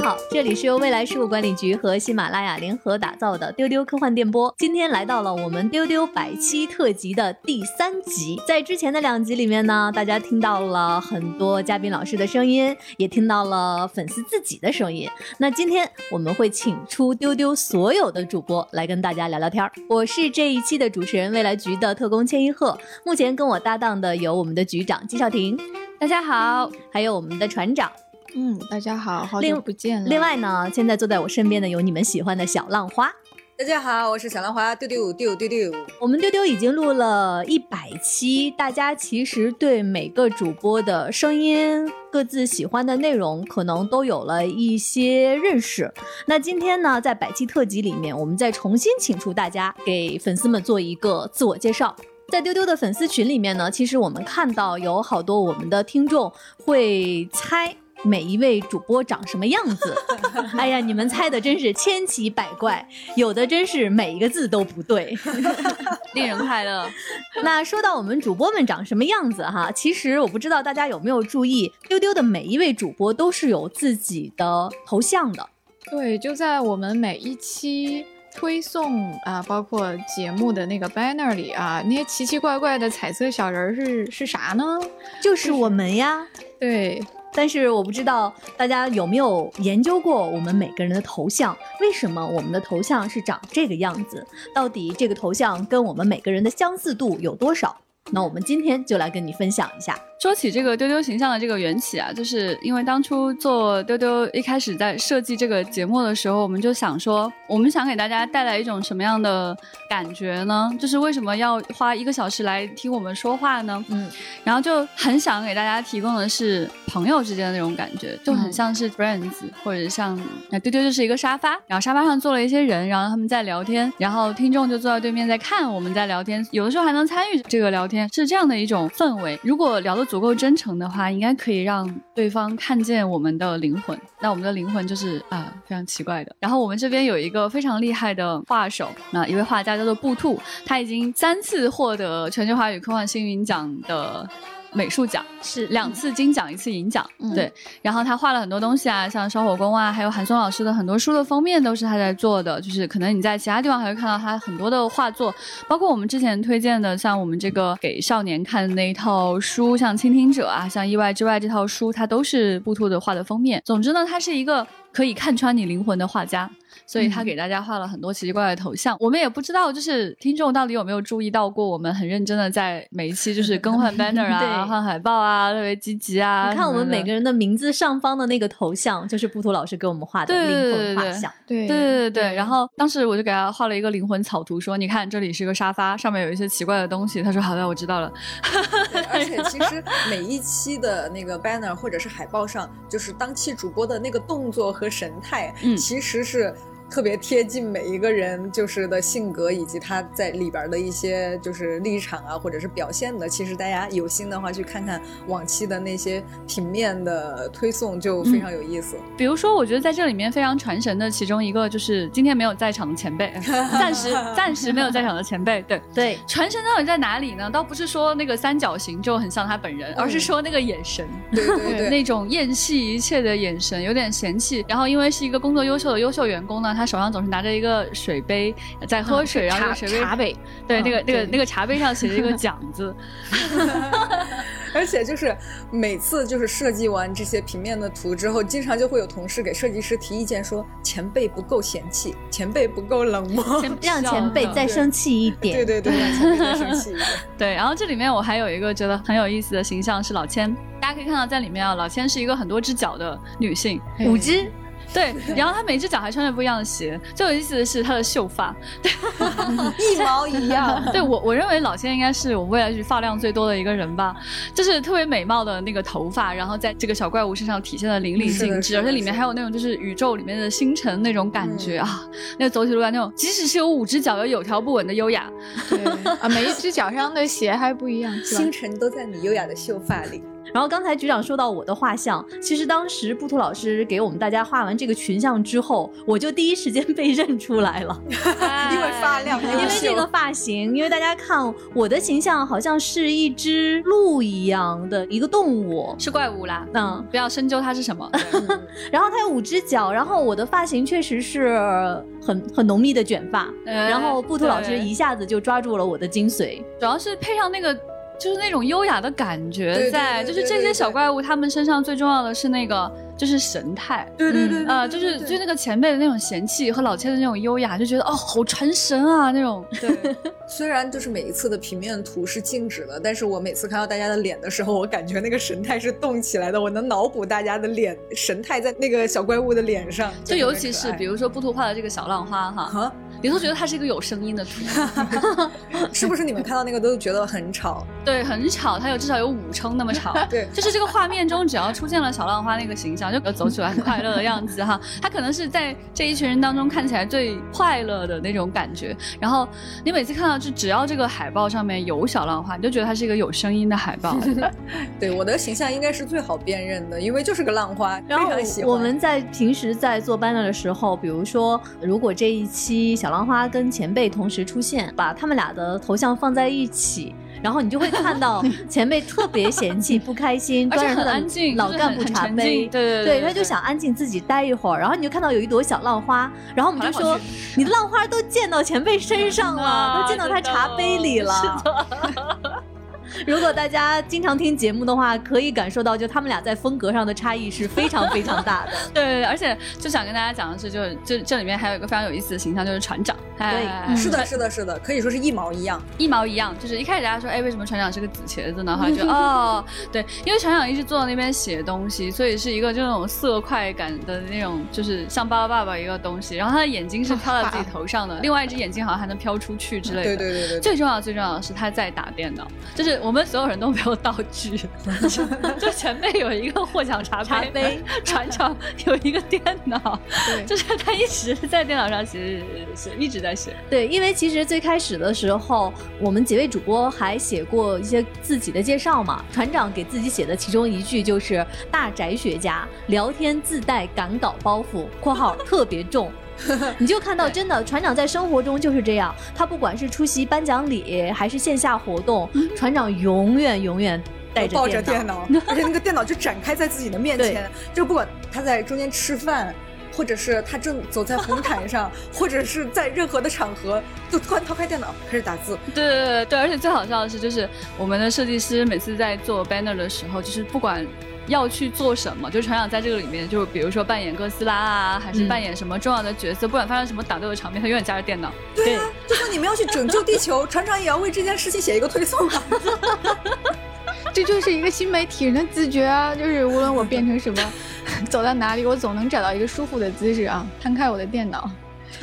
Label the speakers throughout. Speaker 1: 好，这里是由未来事务管理局和喜马拉雅联合打造的丢丢科幻电波。今天来到了我们丢丢百期特辑的第三集，在之前的两集里面呢，大家听到了很多嘉宾老师的声音，也听到了粉丝自己的声音。那今天我们会请出丢丢所有的主播来跟大家聊聊天儿。我是这一期的主持人未来局的特工千一鹤，目前跟我搭档的有我们的局长季少廷，大家好，还有我们的船长。
Speaker 2: 嗯，大家好，好
Speaker 1: 另
Speaker 2: 久不见了。
Speaker 1: 另，外呢，现在坐在我身边的有你们喜欢的小浪花。
Speaker 3: 大家好，我是小兰花，丢丢丢丢丢。
Speaker 1: 我们丢丢已经录了一百期，大家其实对每个主播的声音、各自喜欢的内容，可能都有了一些认识。那今天呢，在百期特辑里面，我们再重新请出大家，给粉丝们做一个自我介绍。在丢丢的粉丝群里面呢，其实我们看到有好多我们的听众会猜每一位主播长什么样子。 哎呀，你们猜的真是千奇百怪，有的真是每一个字都不对。
Speaker 4: 令人快乐。
Speaker 1: 那说到我们主播们长什么样子哈，其实我不知道大家有没有注意，丢丢的每一位主播都是有自己的头像的。
Speaker 2: 对，就在我们每一期推送啊，包括节目的那个 banner 里啊，那些奇奇怪怪的彩色小人儿是是啥呢？
Speaker 1: 就是我们呀。
Speaker 2: 对，
Speaker 1: 但是我不知道大家有没有研究过我们每个人的头像，为什么我们的头像是长这个样子？到底这个头像跟我们每个人的相似度有多少？那我们今天就来跟你分享一下。
Speaker 4: 说起这个丢丢形象的这个缘起啊，就是因为当初做丢丢一开始在设计这个节目的时候，我们就想说，我们想给大家带来一种什么样的感觉呢？就是为什么要花一个小时来听我们说话呢？
Speaker 1: 嗯，
Speaker 4: 嗯然后就很想给大家提供的是朋友之间的那种感觉，就很像是 friends，、或者像那丢丢就是一个沙发，然后沙发上坐了一些人，然后他们在聊天，然后听众就坐在对面在看我们在聊天，有的时候还能参与这个聊天，是这样的一种氛围。如果聊得足够真诚的话，应该可以让对方看见我们的灵魂。那我们的灵魂就是啊、非常奇怪的。然后我们这边有一个非常厉害的画手，那、一位画家叫做布兔，他已经三次获得全球华语科幻星云奖的美术奖，是两次金奖，一次银奖。
Speaker 2: 嗯
Speaker 4: 对，然后他画了很多东西啊，像烧火工啊，还有韩松老师的很多书的封面都是他在做的，就是可能你在其他地方还会看到他很多的画作，包括我们之前推荐的，像我们这个给少年看的那一套书，像《倾听者》啊，像《意外之外》这套书，它都是布兔的画的封面。总之呢，他是一个可以看穿你灵魂的画家。所以他给大家画了很多奇奇怪怪的头像，我们也不知道，就是听众到底有没有注意到过，我们很认真的在每一期就是更换 banner 啊、
Speaker 1: 对
Speaker 4: 换海报啊，特别积极啊。
Speaker 1: 你看我们每
Speaker 4: 个。
Speaker 1: 个人的名字上方的那个头像，就是布图老师给我们画的
Speaker 4: 对
Speaker 1: 灵魂
Speaker 4: 对对
Speaker 1: 画
Speaker 4: 对
Speaker 1: 像。
Speaker 2: 对，
Speaker 4: 对对对对，然后当时我就给他画了一个灵魂草图，说你看这里是个沙发，上面有一些奇怪的东西。他说好的，我知道了。
Speaker 3: 对而且其实每一期的那个 banner 或者是海报上，就是当期主播的那个动作和神态，
Speaker 4: 嗯
Speaker 3: 其实是特别贴近每一个人就是的性格以及他在里边的一些就是立场啊，或者是表现的。其实大家有心的话，去看看往期的那些平面的推送，就非常有意思。
Speaker 4: 比如说，我觉得在这里面非常传神的其中一个就是今天没有在场的前辈， 暂时暂时没有在场的前辈，对。
Speaker 1: 对，
Speaker 4: 传神到底在哪里呢？倒不是说那个三角形就很像他本人，而是说那个眼神，
Speaker 3: 对对对，
Speaker 4: 那种厌弃一切的眼神，有点嫌弃。然后因为是一个工作优秀的优秀员工呢，他手上总是拿着一个水杯在喝水，然后这
Speaker 2: 茶
Speaker 4: 个水杯
Speaker 2: 茶杯，
Speaker 4: 对，
Speaker 2: 嗯
Speaker 4: 那个那个
Speaker 2: 对
Speaker 4: 那个茶杯上写着一个奖字，
Speaker 3: 而且就是每次就是设计完这些平面的图之后，经常就会有同事给设计师提意见说，前辈不够嫌弃，前辈不够冷漠。
Speaker 4: 先
Speaker 1: 让前辈
Speaker 4: 笑
Speaker 1: 再生气一点。
Speaker 3: 对对 对，让前辈再生气一点。
Speaker 4: 对，然后这里面我还有一个觉得很有意思的形象是老千，大家可以看到在里面啊，老千是一个很多只脚的女性，
Speaker 1: 五
Speaker 2: 哎
Speaker 1: 只，
Speaker 4: 对，然后她每只脚还穿着不一样的鞋，最有意思的是她的秀发，
Speaker 3: 一毛一样。
Speaker 4: 对我我认为老千应该是我未来是发量最多的一个人吧，就是特别美貌的那个头发，然后在这个小怪物身上体现的淋漓
Speaker 3: 是的
Speaker 4: 尽
Speaker 3: 是
Speaker 4: 致，
Speaker 3: 的
Speaker 4: 而且里面
Speaker 3: 是的
Speaker 4: 还有那种就是宇宙里面的星辰那种感觉、
Speaker 3: 嗯
Speaker 4: 啊，那个走起路来那种，即使是有五只脚又有条不紊的优雅，
Speaker 2: 对啊，每一只脚上的鞋还不一样，是吧
Speaker 3: 星辰都在你优雅的秀发里。
Speaker 1: 然后刚才局长说到我的画像，其实当时布图老师给我们大家画完这个群像之后，我就第一时间 被认出来了，
Speaker 3: 因为 发量，
Speaker 1: 因为这个发型，因为大家看我的形象好像是一只鹿一样的一个动物，
Speaker 4: 是怪物啦，
Speaker 1: 嗯，
Speaker 4: 不要深究它是 什么。
Speaker 3: 嗯
Speaker 1: 然后它有五只脚，然后我的发型确实是很很浓密的卷发，
Speaker 4: 哎
Speaker 1: 然后布图老师
Speaker 4: 对
Speaker 1: 一下子就抓住了我的精髓，
Speaker 4: 主要是配上那个就是那种优雅的感觉
Speaker 3: 对
Speaker 4: 在，
Speaker 3: 对对
Speaker 4: 就
Speaker 3: 对
Speaker 4: 是这
Speaker 3: 对对
Speaker 4: 些小怪物他们身上最重要的是那个就是神态。
Speaker 3: 对对对，
Speaker 4: 呃，就是就是那个前辈的那种嫌弃和老千的那种优雅，就觉得哦，好传神啊那种。对，
Speaker 3: 虽然就是每一次的平面图是静止的，但是我每次看到大家的脸的时候，我感觉那个神态是动起来的，我能脑补大家的脸神态在那个小怪物的脸上，
Speaker 4: 就尤其是比
Speaker 3: 如
Speaker 4: 如说布图画的这个小浪花哈，
Speaker 3: 啊，
Speaker 4: 你都觉得它是一个有声音的图，
Speaker 3: 是不是你们看到那个都觉得很吵？
Speaker 4: 对，很吵，它有至少有五声那么吵。
Speaker 3: 对，
Speaker 4: 就是这个画面中，只要出现了小浪花那个形象，就呃走起来很呃快乐的样子哈。他可能是在这一群人当中看起来最快乐的那种感觉。然后你每次看到，就只要这个海报上面有小浪花，你就觉得它是一个有声音的海 报。
Speaker 3: 对，我的形象应该是最好辨认的，因为就是个浪花，
Speaker 1: 然后
Speaker 3: 非常喜欢。
Speaker 1: 我们在平时在做 banner 的时候，比如说，如果这一期小浪花跟前辈同时出现，把他们俩的头像放在一起，然后你就会看 到前辈特别嫌弃、不开心，
Speaker 4: 而且
Speaker 1: 端着他
Speaker 4: 很
Speaker 1: 的
Speaker 4: 安静，
Speaker 1: 老
Speaker 4: 就是
Speaker 1: 干
Speaker 4: 很
Speaker 1: 部
Speaker 4: 很
Speaker 1: 茶
Speaker 4: 沉
Speaker 1: 杯
Speaker 4: 静，对对
Speaker 1: 对，他就想安静自己待一会儿，然后你就看到有一朵小浪花，然后我们就
Speaker 4: 跑来
Speaker 1: 说
Speaker 4: 跑去，
Speaker 1: 你的浪花都溅到前辈身上
Speaker 3: 啊
Speaker 1: 了，都溅到他茶杯里
Speaker 4: 啊
Speaker 1: 了。 如果大家经常听节目的话，可以感受到，就他们俩在风格上的差异是非常非常大的。
Speaker 4: 对 对，而且就想跟大家讲的是，就是这这里面还有一个非常有意思的形象，就是船长。哎
Speaker 3: 是的，是的，是的，可以说是一毛一样。
Speaker 4: 一毛一样，就是一开始大家说，哎，为什么船长是个紫茄子呢？后 来就哦，对，因为船长一直坐在那边写东西，所以是一个就那种色块感的那种，就是像巴巴爸爸一个东西。然后他的眼睛是飘在自己头上 的，另外一只眼睛好像还能飘出去之类的。
Speaker 3: 对对对对对，
Speaker 4: 最重要最重要的是他在打电脑，就是我们所有人都没有道 具，就就前辈有一个获奖茶杯，
Speaker 1: 茶 杯
Speaker 4: 船长有一个电脑，
Speaker 2: 对，
Speaker 4: 就是他一直在电脑上写写，写一直在写。
Speaker 1: 对，因为其实最开始的时候，我们几位主播还写过一些自己的介绍嘛。船长给自己写的其中一句就是“大宅学家，聊天自带赶稿包 袱（括号特别重）”。你就看到，真的船长在生活中就是这样，他不管是出席颁奖礼还是线下活动，船长永远永远带着
Speaker 3: 嗯抱着
Speaker 1: 电
Speaker 3: 电
Speaker 1: 脑。
Speaker 3: 脑，而且那个电脑就展开在自己的面前，就不管他在中间吃饭。或者是他正走在红毯上， 或者是在任何的场合，就突然掏开电脑开始打字，
Speaker 4: 对对对对，而且最好笑的是，就是我们的设计师每次在做 banner 的时候，就是不管。要去做什么？就是船长在这个里面，就是比如说扮演哥斯拉啊，还是
Speaker 1: 嗯
Speaker 4: 扮演什么重要的角色，不管发生什么打斗的场面，他永远夹着电脑。
Speaker 1: 对
Speaker 3: 啊就像你们要去拯救地球，船长也要为这件事情写一个推送啊。
Speaker 2: 这就是一个新媒体人的自觉啊！就是无论我变成什么， 走到哪里，我总能找到一个舒服的姿势啊！摊开我的电脑，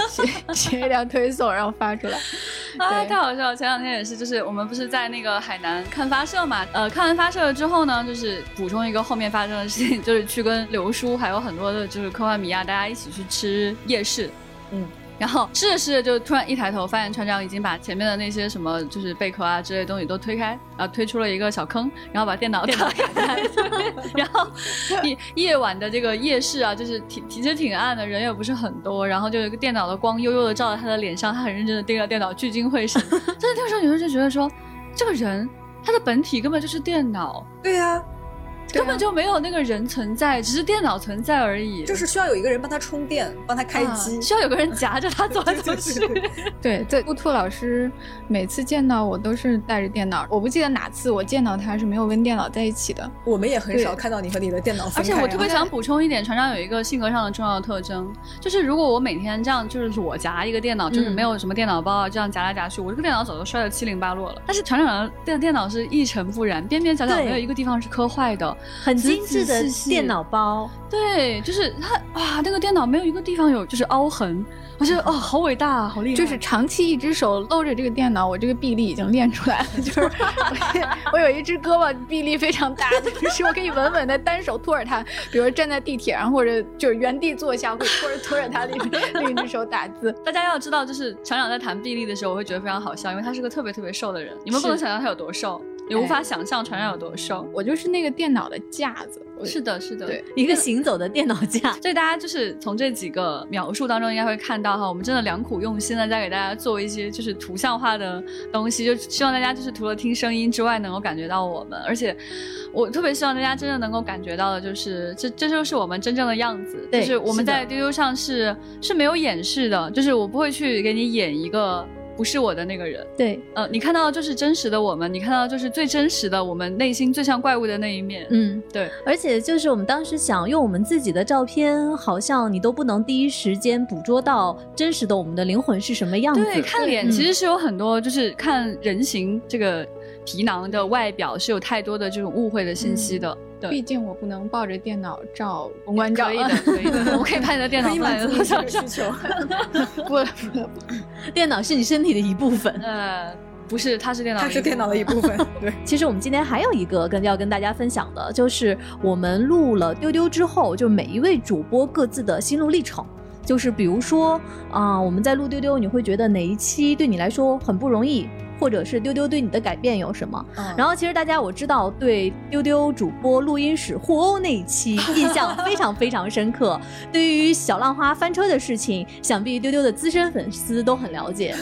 Speaker 2: 写 写一条推送，然后发出来。
Speaker 4: 啊，
Speaker 2: 对
Speaker 4: 太好笑了！前两天也是，就是我们不是在那个海南看发射嘛，呃，看完发射了之后呢，就是补充一个后面发生的事情， 就是去跟刘叔还有很多的就是科幻迷啊，大家一起去吃夜市，
Speaker 3: 嗯。
Speaker 4: 然后吃着吃着，就突然一抬头，发现船长已经把前面的那些什么就是贝壳啊之类的东西都推开，然后推出了一个小坑，然后把电脑打开，然后 夜夜晚的这个夜市啊，就是挺其实挺暗的，人也不是很多，然后就有一个电脑的光悠悠的照在他的脸上，他很认真的盯着电脑，聚精 会神。但是那个时候，女生就觉得说，这个人他的本体根本就是电脑，
Speaker 3: 对呀、
Speaker 4: 根本就没有那个人存在，只是电脑存在而已。
Speaker 3: 就是需要有一个人帮他充电，帮他开机。
Speaker 4: 啊需要有个人夹着他走来走
Speaker 3: 对对
Speaker 4: 去。
Speaker 2: 对，在乌兔老师每次见到我都是带着电脑，我不记得哪次我见到他是没有跟电脑在一起的。
Speaker 3: 我们也很少
Speaker 2: 对
Speaker 3: 看到你和你的电脑
Speaker 4: 而
Speaker 3: 分开
Speaker 4: 且
Speaker 3: 啊、
Speaker 4: 我特别想补充一点，船长有一个性格上的重要特征，就是如果我每天这样就是裸夹一个电脑，就是
Speaker 1: 嗯
Speaker 4: 没有什么电脑包啊，这样夹来夹去，我这个电脑早就摔得七零八落了。但是船长的电电脑是一尘不染，边边角角
Speaker 1: 对
Speaker 4: 没有一个地方是磕坏的。
Speaker 1: 很精致的
Speaker 4: 仔仔细细
Speaker 1: 电脑包，
Speaker 4: 对，就是他哇，那个电脑没有一个地方有就是凹痕，我觉得哦，好伟大，啊，好厉害。
Speaker 2: 就是长期一只手搂着这个电脑，我这个臂力已经练出来了。就是 我我有一只胳膊臂力非常大，就是我可以稳稳的单手托着它，比如站在地铁上或者就是原地坐下，会拖着拖着它另另一只手 打字。
Speaker 4: 大家要知道，就是船长在谈臂力的时候，我会觉得非常好笑，因为他是个特别特别瘦的人，你们不能
Speaker 2: 是
Speaker 4: 想象他有多瘦。你无法想象船上有多瘦。
Speaker 2: 哎我就是那个电脑的架子。我
Speaker 4: 是的，是的，
Speaker 2: 对。
Speaker 1: 一个行走的电脑架。
Speaker 4: 所以大家就是从这几个描述当中应该会看到哈，我们真的良苦用心的在给大家做一些就是图像化的东西，就希望大家就是除了听声音之外能够感觉到我们，而且我特别希望大家真正能够感觉到的就是这这就是我们真正的样子，就
Speaker 1: 对
Speaker 4: 是我
Speaker 1: 是
Speaker 4: 们
Speaker 1: 的
Speaker 4: 在丢丢上是是没有掩饰的，就是我不会去给你演一个不是我的那个人。
Speaker 1: 对，
Speaker 4: 呃，你看到的就是真实的我们，你看到的就是最真实的我们内心最像怪物的那一面。
Speaker 1: 嗯，
Speaker 4: 对，
Speaker 1: 而且就是我们当时想用我们自己的照片，好像你都不能第一时间捕捉到真实的我们的灵魂是什么样子。
Speaker 4: 对，看脸
Speaker 1: 嗯
Speaker 4: 其实是 有很多，就是看人形这个皮囊的外表是有太多的这种误会的信息的。
Speaker 2: 毕
Speaker 4: 对，
Speaker 2: 竟我不能抱着电脑照公关照，
Speaker 4: 可以的，可以 的，我可以拍你的电脑
Speaker 3: 可以
Speaker 4: 拍
Speaker 3: 满足
Speaker 4: 你的
Speaker 3: 你这
Speaker 4: 照
Speaker 3: 个需求。
Speaker 2: 不不不
Speaker 1: 电脑是你身体的一部分。
Speaker 4: 呃，不是，它是电脑，
Speaker 3: 它是电脑的一部 分，对，
Speaker 1: 其实我们今天还有一个跟要跟大家分享的，就是我们录了丢丢之后，就每一位主播各自的心路历程。就是比如说啊、我们在录丢丢，你会觉得哪一期对你来说很不容易，或者是丢丢对你的改变有什么？然
Speaker 3: 后
Speaker 1: 后其实大家我知道对丢丢主播录音室互殴那一期印象非常非常深刻。对于小浪花翻车的事情，想必丢丢的资深粉丝都很了 解。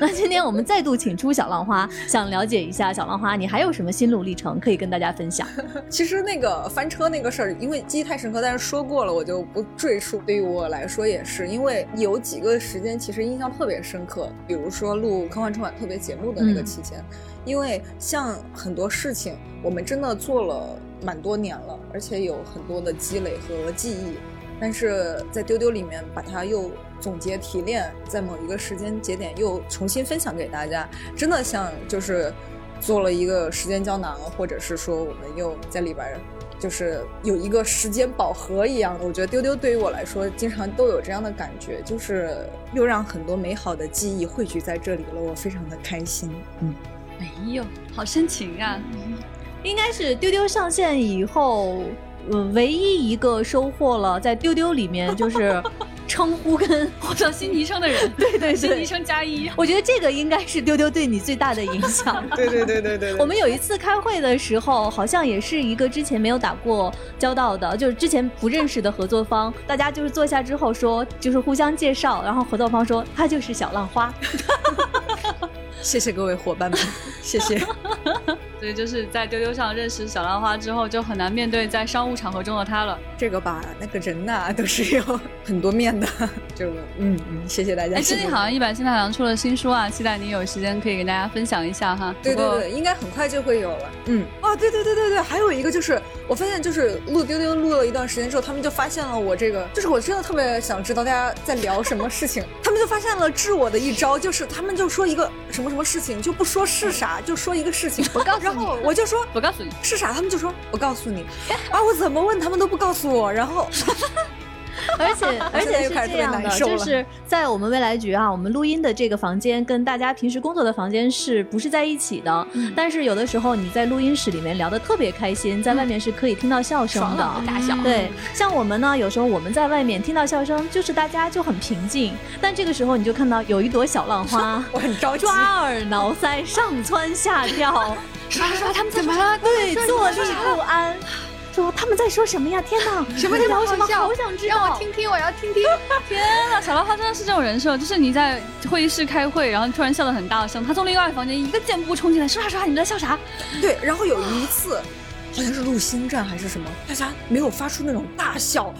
Speaker 1: 那今天我们再度请出小浪花，想了解一下小浪花，你还有什么心路历程可以跟大家分享？
Speaker 3: 其实那个翻车那个事儿，因为记忆太深刻，但是说过了，我就不赘述。对于我来说也是，因为有几个时间其实印象特别深刻，比如说录科幻春晚特别节目的那个
Speaker 1: 嗯
Speaker 3: 期间，因为像很多事情，我们真的做了蛮多年了，而且有很多的积累和记忆。但是在丢丢里面把它又总结提炼，在某一个时间节点又重新分享给大家，真的像就是做了一个时间胶囊，或者是说我们又在里边儿就是有一个时间宝盒一样的。我觉得丢丢对于我来说，经常都有这样的感觉，就是又让很多美好的记忆汇聚在这里了，我非常的开心。
Speaker 4: 没有，哎好深情啊！
Speaker 1: 应该是丢丢上线以后，呃，唯一一个收获了在丢丢里面就是 称呼跟
Speaker 4: 获得新昵称 的人，对对新昵称加一。
Speaker 1: 我觉得这个应该是丢丢对你最大的影响。
Speaker 3: 对对对对对
Speaker 1: 我们有一次开会的时候，好像也是一个之前没有打过交道的，就是之前不认识的合作方，大家就是坐下之后说，就是互相介绍，然后合作方说他就是小浪花，
Speaker 3: 谢谢各位伙伴们， 谢谢。
Speaker 4: 所以就是在丢丢上认识小浪花之后，就很难面对在商务场合中的他了。
Speaker 3: 这个吧，那个人呐、啊都是有很多面的，就嗯嗯，谢谢大家。
Speaker 4: 哎，
Speaker 3: 谢
Speaker 4: 最
Speaker 3: 谢
Speaker 4: 近好像一百新太郎出了新书啊，期待你有时间可以给大家分享一下哈。
Speaker 3: 对
Speaker 4: 不过
Speaker 3: 对对，应该很快就会有了。嗯，啊，对对对对对，还有一个就是，我发现就是录丢丢录了一段时间之后，他们就发现了我这个，就是我真的特别想知道大家在聊什么事情，他们就发现了治我的一招，就是他们就说一个什么什么事情，就不说是啥，就说一个事情，我告诉你，然后我就说
Speaker 4: 我告诉你，
Speaker 3: 是啥，他们就说我告诉你，啊，我怎么问他们都不告诉我，然后
Speaker 1: 而且而且是这样的，就是在我们未来局啊，我们录音的这个房间跟大家平时工作的房间是不是在一起的？但是有的时候你在录音室里面聊得特别开心，在外面是可以听到笑声
Speaker 2: 爽
Speaker 1: 的。
Speaker 2: 朗的大笑。
Speaker 1: 对，像我们呢，有时候我们在外面听到笑声，就是大家就很平静，但这个时候你就看到有一朵小浪花
Speaker 3: 我很着急，
Speaker 1: 抓耳挠腮、上蹿下跳，
Speaker 2: 说说他们 怎么了？
Speaker 1: 对，坐立不安。说他们在说什么呀？天哪， 什在聊什么？
Speaker 2: 好
Speaker 1: 好想知
Speaker 2: 让
Speaker 1: 道。
Speaker 4: 哦
Speaker 2: 我听听，我要 听听。
Speaker 4: 天啊呐，小浪花真的是这种人设，就是你在会议室开会，然后突然笑得很大声，他从另外一个房间一个箭步冲进来，说啥说啥，你们在笑啥？
Speaker 3: 对，然后有一次，好像是录新站还是什么，大家没有发出那种大笑，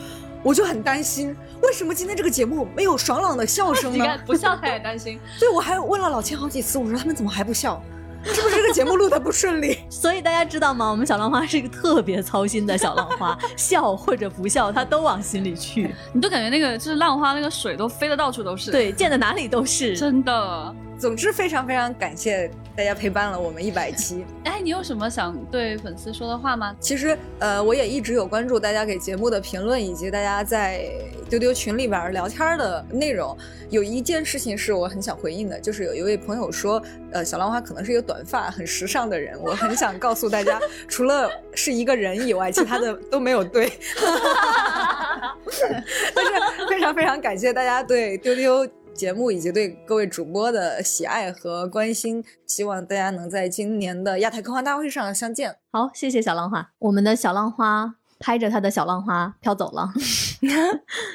Speaker 3: 我就很担心，为什么今天这个节目没有爽朗的笑声
Speaker 4: 你
Speaker 3: 呢？
Speaker 4: 看不笑他也担心。
Speaker 3: 对，我还问了老千好几次，我说他们怎么哦还不笑？是不是这个节目录的不顺利？
Speaker 1: 所以大家知道吗？我们小浪花是一个特别操心的小浪 花，笑或者不笑，他都往心里去。
Speaker 4: 你都感觉那个就是浪花，那个水都飞得到处都是。，
Speaker 1: 对，见的哪里都是。
Speaker 4: 真的。
Speaker 3: 总之非常非常感谢大家陪伴了我们一百期。
Speaker 4: 哎，你有什么想对粉丝说的话吗？
Speaker 3: 其实呃，我也一直有关注大家给节目的评论，以及大家在丢丢群里边儿聊天儿的内容。有一件事情是我很想回应的，就是有一位朋友说，呃，小浪花可能是一个短发、很时尚的人。我很想告诉大家， 除了是一个人以外，其他的都没有对。 但是非常非常感谢大家对丢丢。节目以及对各位主播的喜爱和关心，希望大家能在今年的亚太科幻大会上相见。
Speaker 1: 好，谢谢小浪花，我们的小浪花拍着他的小浪花飘 走了。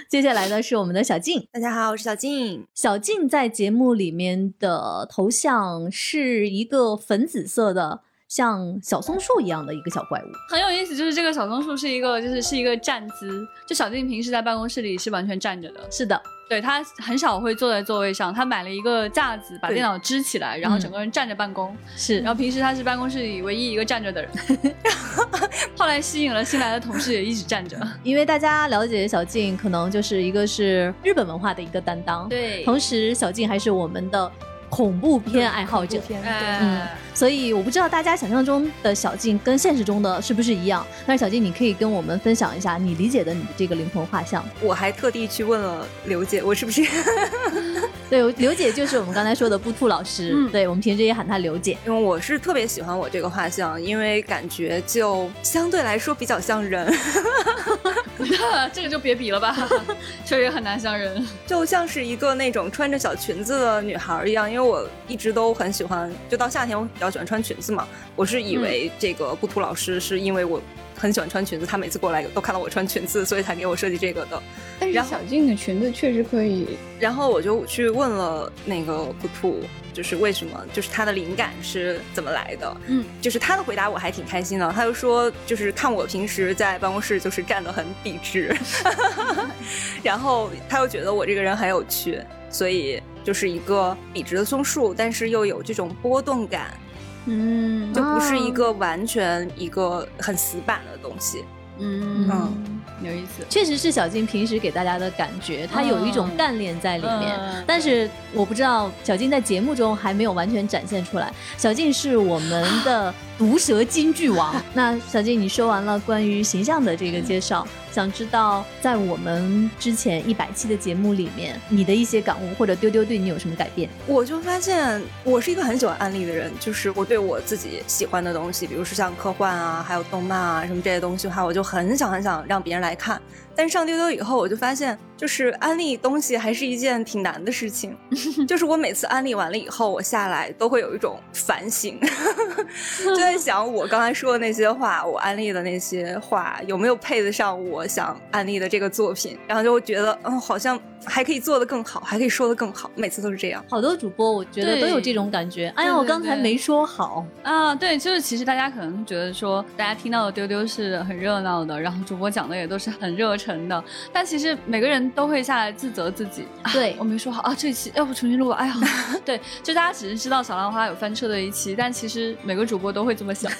Speaker 1: 接下来呢是我们的小静，
Speaker 5: 大家好，我是小静。
Speaker 1: 小静在节目里面的头像是一个粉紫色的。像小松树一样的一个小怪物，
Speaker 4: 很有意思，就是这个小松树是一个，就是是一个站姿，就小静平时在办公室里是完全站着的，
Speaker 1: 是的，
Speaker 4: 对她很少会坐在座位上，她买了一个架子把
Speaker 1: 对
Speaker 4: 电脑支起来，然后整个人站着办公，
Speaker 1: 是
Speaker 4: 然后平时她嗯是办公室里唯一一个站着的人， 后来吸引了新来的同事也一直站着，
Speaker 1: 因为大家了解小静，可能就是一个是日本文化的一个担当，，
Speaker 4: 对
Speaker 1: 同时小静还是我们的恐怖片爱好者，
Speaker 3: 天
Speaker 1: 嗯
Speaker 4: 哎，
Speaker 1: 所以我不知道大家想象中的小静跟现实中的是不是一样，但是小静你可以跟我们分享一下你理解的你这个灵魂画像。
Speaker 5: 我还特地去问了刘姐，我是不 是？
Speaker 1: 对，刘姐就是我们刚才说的布兔老师，
Speaker 4: 嗯
Speaker 1: 对我们平时也喊她刘姐，
Speaker 5: 因为我是特别喜欢我这个画像，因为感觉就相对来说比较像人，
Speaker 4: 这个就别比了吧， 确实很难相认，
Speaker 5: 就像是一个那种穿着小裙子的女孩儿一样。因为我一直都很喜欢，就到夏天我比较喜欢穿裙子嘛。我是
Speaker 1: 嗯
Speaker 5: 以为这个布图老师是因为我很喜欢穿裙子，他每次过来都看到我穿裙子，所以才给我设计这个的。
Speaker 2: 但是
Speaker 5: 然后
Speaker 2: 小静的裙子确实可以，
Speaker 5: 然后我就去问了那个布兔，就是为什么，就是他的灵感是怎么来的？
Speaker 4: 嗯，
Speaker 5: 就是他的回答我还挺开心的，他就说就是看我平时在办公室就是站得很笔 直，然后他又觉得我这个人很有趣，所以就是一个笔直的松树，但是又有这种波动感，
Speaker 4: 嗯
Speaker 5: 就不是一个完全一个很死板的东西。
Speaker 4: 嗯
Speaker 5: 嗯
Speaker 4: 有意思，
Speaker 1: 确实是小静平时给大家的感觉，她有一种
Speaker 4: 嗯
Speaker 1: 干练在里面。
Speaker 4: 嗯
Speaker 1: 但是我不知道小静在节目中还没有完全展现出来。小静是我们的毒舌金句 王。那小静，你说完了关于形象的这个介绍，想知道在我们之前一百期的节目里面，你的一些感悟或者丢丢对你有什么改变？
Speaker 5: 我就发现我是一个很喜欢案例的人，就是我对我自己喜欢的东西，比如说像科幻啊，还有动漫啊什么这些东西的话，我就很想很想让啊别人来看。但是上丢丢以后，我就发现，就是安利东西还是一件挺难的事情。就是我每次安利完了以后，我下来都会有一种反省，就在想我刚才说的那些话，我安利的那些话有没有配得上我想安利的这个作品，然后就会觉得，嗯，好像还可以做得更好，还可以说得更好，每次都是这样。
Speaker 1: 好多主播我觉得
Speaker 4: 对
Speaker 1: 都有这种感觉。哎呀，
Speaker 4: 对
Speaker 1: 我刚才
Speaker 4: 对
Speaker 1: 没说好。
Speaker 4: 啊，对，就是其实大家可能觉得说，大家听到的丢丢是很热闹的，然后主播讲的也都是很热忱的，但其实每个人都会下来自责自己，
Speaker 1: 对
Speaker 4: 我没说好啊，这一期要不重新录吧？哎呀， 对，就大家只是知道小浪花有翻车的一期，但其实每个主播都会这 么想，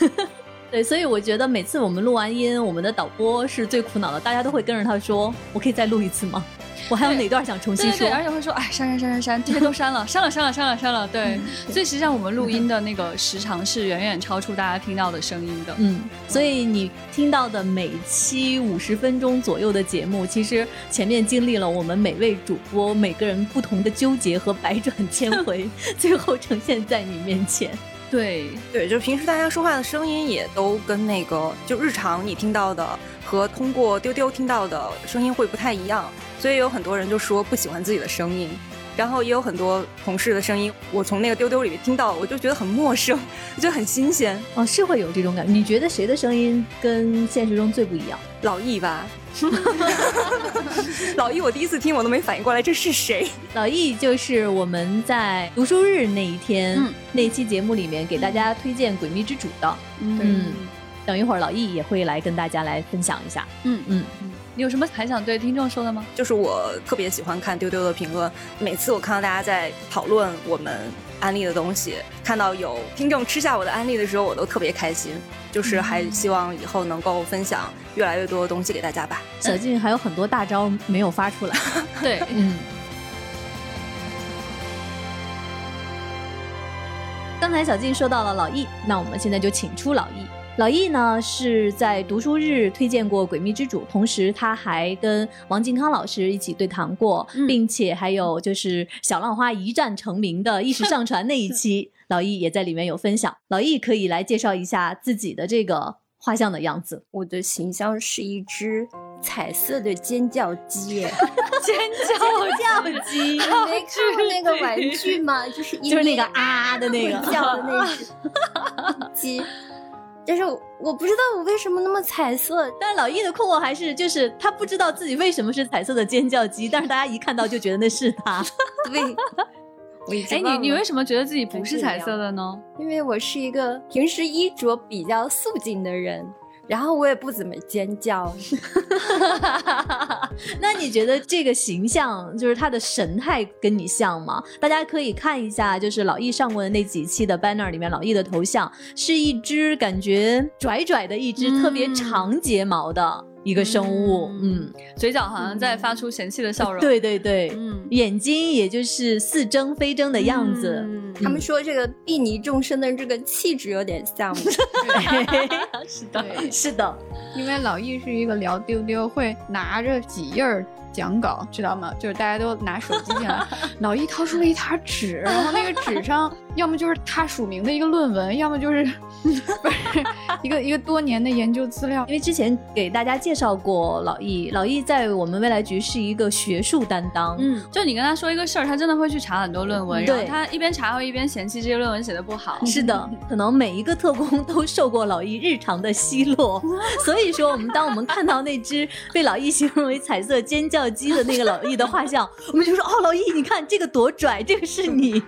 Speaker 1: 对，所以我觉得每次我们录完音，我们的导播是最苦恼的，大家都会跟着他说：“我可以再录一次吗？我还有哪段想重
Speaker 4: 对
Speaker 1: 新
Speaker 4: 对
Speaker 1: 说
Speaker 4: 对，而且会说，哎，删删删删删，这些都删了，删了删了删了删了，
Speaker 1: 嗯
Speaker 4: 对，所以实际上我们录音的那个时长是远远超出大家听到的声音的？”，
Speaker 1: 嗯，所以你听到的每 期五十分钟左右的节目，其实前面经历了我们每位主播每个人不同的纠结和百转千回， 最后呈现在你面前。
Speaker 4: 对，
Speaker 5: 对，就是平时大家说话的声音也都跟那个就日常你听到的和通过丢丢听到的声音会不太一样，所以有很多人就说不喜欢自己的声音，然后也有很多同事的声音，我从那个丢丢里面听到，我就觉得很陌生， 就很新鲜。
Speaker 1: 哦，是会有这种感觉。你觉得谁的声音跟现实中最不一样？
Speaker 5: 老易吧， 老易，我第一次听我都没反应过来这是谁，
Speaker 1: 老易就是我们在读书日那一天、
Speaker 4: 嗯
Speaker 1: 那期节目里面给大家推荐《诡秘之主》的。嗯，等一会儿老易也会来跟大家来分享一下。
Speaker 4: 嗯
Speaker 1: 嗯
Speaker 4: 嗯 嗯，你有什么还想对听众说的吗？
Speaker 5: 就是我特别喜欢看丢丢的评论，每次我看到大家在讨论我们安利的东西，看到有听众吃下我的安利的时候，我都特别开心。就是
Speaker 4: 嗯
Speaker 5: 还希望以后能够分享越来越多的东西给大家吧。
Speaker 1: 小静还有很多大招没有发出来。
Speaker 4: 对，
Speaker 1: 嗯。刚才小静说到了老易，那我们现在就请出老易。老易呢是在读书日推荐过《诡秘之主》，同时他还跟王靖康老师一起对谈过，
Speaker 4: 嗯
Speaker 1: 并且还有就是小浪花一战成名的意识上传那一期，老易也在里面有分享。老易可以来介绍一下自己的这个画像的样子。
Speaker 6: 我的形象是一只彩色的尖叫鸡耶，
Speaker 1: 尖叫叫鸡，
Speaker 6: 你没看过那个玩 具吗？就是 一
Speaker 1: 就是那
Speaker 6: 面
Speaker 1: 个啊的那
Speaker 6: 会
Speaker 1: 个，
Speaker 6: 叫的 那只鸡。但是我不知道我为什么那么彩色，
Speaker 1: 但老易的困惑还是就是他不知道自己为什么是彩色的尖叫鸡，但是大家一看到就觉得那是他。
Speaker 6: 对，我已
Speaker 4: 哎，
Speaker 6: 经
Speaker 4: 你
Speaker 6: 忘
Speaker 4: 你
Speaker 6: 了
Speaker 4: 为什么觉得自己不是彩色的呢？
Speaker 6: 因为我是一个平时衣着比较素净的人，然后我也不怎么尖 叫，
Speaker 1: 那你觉得这个形象就是他的神态跟你像吗？大家可以看一下，就是老易上过的那几期的 banner 里面，老易的头像是一只感觉拽拽的一只特别
Speaker 4: 嗯
Speaker 1: 长睫毛的一个生物，嗯，
Speaker 4: 嘴角好像在发出嫌弃的笑容。，
Speaker 1: 对对对，
Speaker 4: 嗯，
Speaker 1: 眼睛也就是似睁非睁的样子，
Speaker 4: 嗯
Speaker 6: 他们说这个睥睨众生的这个气质有点像我，
Speaker 4: 是的，
Speaker 2: 对，
Speaker 1: 是的，
Speaker 2: 因为老易是一个聊丢丢，会拿着几页儿讲稿，知道 吗？就是大家都拿手机进来，老易掏出了一沓 纸，然后那个纸上要么就是他署名的一个论文，要么就是 不是一个一个多年的研究资料
Speaker 1: 因。为之前给大家介绍过老易，老易在我们未来局是一个学术担当，
Speaker 4: 嗯，就你跟他说一个事儿，他真的会去查很多论
Speaker 2: 嗯
Speaker 4: 文，然后
Speaker 1: 对
Speaker 4: 他一边查会一边嫌弃这些论文写的不好。
Speaker 1: 是的，
Speaker 2: 嗯
Speaker 1: 可能每一个特工都受过老易日常的奚 落，所以说我们当我们看到那只被老易形容为彩色尖叫鸡的那个老易的画 像，我们就说哦，老易，你看这个多拽，这个是你。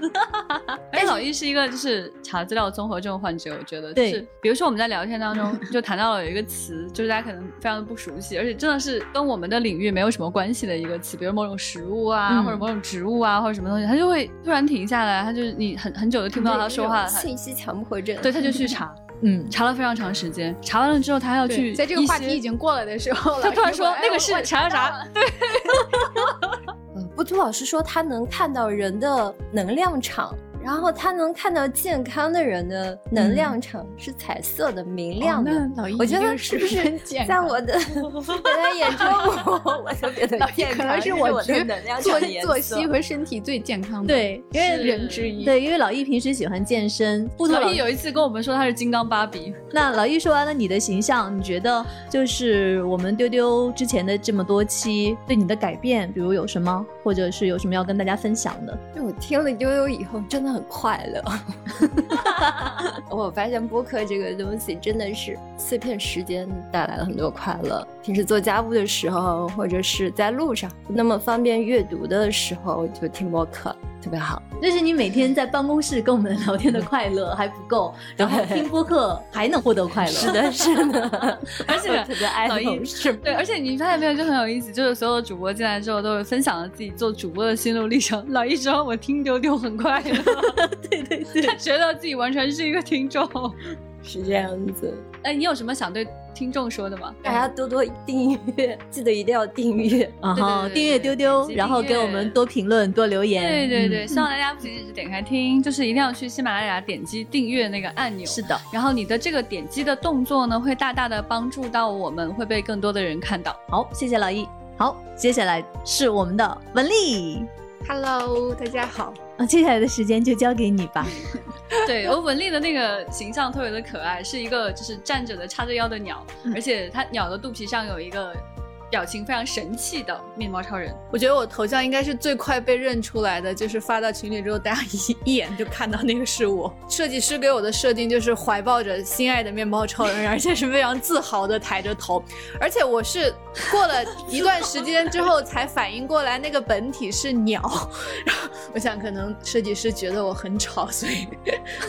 Speaker 4: 而且老易是一个就是查资料综合症患者，我觉得
Speaker 1: 对
Speaker 4: 就是，比如说我们在聊天当中就谈到了有一个词，就是大家可能非常的不熟悉，而且真的是跟我们的领域没有什么关系的一个词，比如某种食物啊，
Speaker 1: 嗯
Speaker 4: 或者某种植物啊，或者什么东西，他就会突然停下来，他就是你很很久都听不到他说话了，他
Speaker 6: 信息强迫症。
Speaker 4: 对，他就去查，
Speaker 1: 嗯，
Speaker 4: 查了非常长时间，查完了之后他还要去
Speaker 2: 对，在这个话
Speaker 4: 一
Speaker 2: 题
Speaker 4: 些
Speaker 2: 已经过了的 时候，
Speaker 4: 他突然
Speaker 2: 老
Speaker 4: 说
Speaker 2: 易
Speaker 4: 那
Speaker 2: 哎
Speaker 4: 个
Speaker 2: 我
Speaker 4: 是
Speaker 2: 我
Speaker 4: 查查查，
Speaker 6: 不图老师说他能看到人的能量场，然后他能看到健康的人的能量场是彩色的、明亮的。
Speaker 2: 哦那老易
Speaker 6: 我觉
Speaker 2: 一
Speaker 6: 得
Speaker 2: 定
Speaker 6: 是
Speaker 2: 是
Speaker 6: 不是
Speaker 2: 很健
Speaker 6: 在
Speaker 2: 康
Speaker 6: 我的原来眼中，我我特别的健康，
Speaker 2: 可能
Speaker 6: 这
Speaker 2: 是
Speaker 6: 是
Speaker 2: 我觉
Speaker 6: 的
Speaker 2: 得
Speaker 6: 能量
Speaker 2: 作
Speaker 6: 场的颜
Speaker 2: 作
Speaker 6: 色
Speaker 2: 息和身体最健康的
Speaker 1: 对，因为
Speaker 2: 人之一。
Speaker 1: 对，因为老易平时喜欢健身，不
Speaker 4: 老易有一次跟我们说他是金 刚芭比，
Speaker 1: 那老易说完了你的形象，你觉得就是我们丢丢之前的这么多期对你的改变，比如有什么，或者是有什么要跟大家分享的？
Speaker 6: 就我听了悠悠以后，真的很快乐。 我发现播客这个东西真的是碎片时间带来了很多快乐。平时做家务的时候，或者是在路上不那么方便阅读的时候，就听播客，特别好。
Speaker 1: 这是你每天在办公室跟我们聊天的快乐还不够，然后听播客还能获得快乐。
Speaker 6: 是，的，是的，
Speaker 4: 而且
Speaker 6: 我特别爱
Speaker 4: 老易
Speaker 6: 同事。
Speaker 4: 对，而且你发现没有，就很有意思，就是所有主播进来之后都有分享了自己做主播的心路历程。老一说，我听丢丢很快 乐，
Speaker 1: 对对对。
Speaker 4: 他觉得自己完全是一个听众。
Speaker 6: 是这样子。
Speaker 4: 哎，你有什么想对听众说的吗？
Speaker 6: 大家多多订阅，记得一定要订阅。
Speaker 1: 啊哈，
Speaker 4: 对对对
Speaker 1: 订阅丢丢
Speaker 4: 点，击
Speaker 1: 然后
Speaker 4: 订阅
Speaker 1: 给我们多评论、多留言。
Speaker 4: 对对
Speaker 1: 嗯
Speaker 4: 对，，希望大家不仅仅是点开听，就是一定要去喜马拉雅点击订阅那个按钮。
Speaker 1: 是的，
Speaker 4: 然后你的这个点击的动作呢，会大大的帮助到我们，会被更多的人看到。
Speaker 1: 好，谢谢老易。好，接下来是我们的文丽
Speaker 2: Hello，大家好，
Speaker 1: 啊，接下来的时间就交给你吧。
Speaker 4: 对，我文丽的那个形象特别的可爱，是一个就是站着的叉着腰的鸟，
Speaker 1: 嗯
Speaker 4: 而且它鸟的肚皮上有一个表情非常神气的面包超人。
Speaker 3: 我觉得我头像应该是最快被认出来的，就是发到群里之后，大家一一眼就看到那个是我。 设计师给我的设定就是怀抱着心爱的面包超人，而且是非常自豪的抬着头，而且我是过了一段时间之后才反应过来那个本体是鸟， 然后我想可能设计师觉得我很吵，所以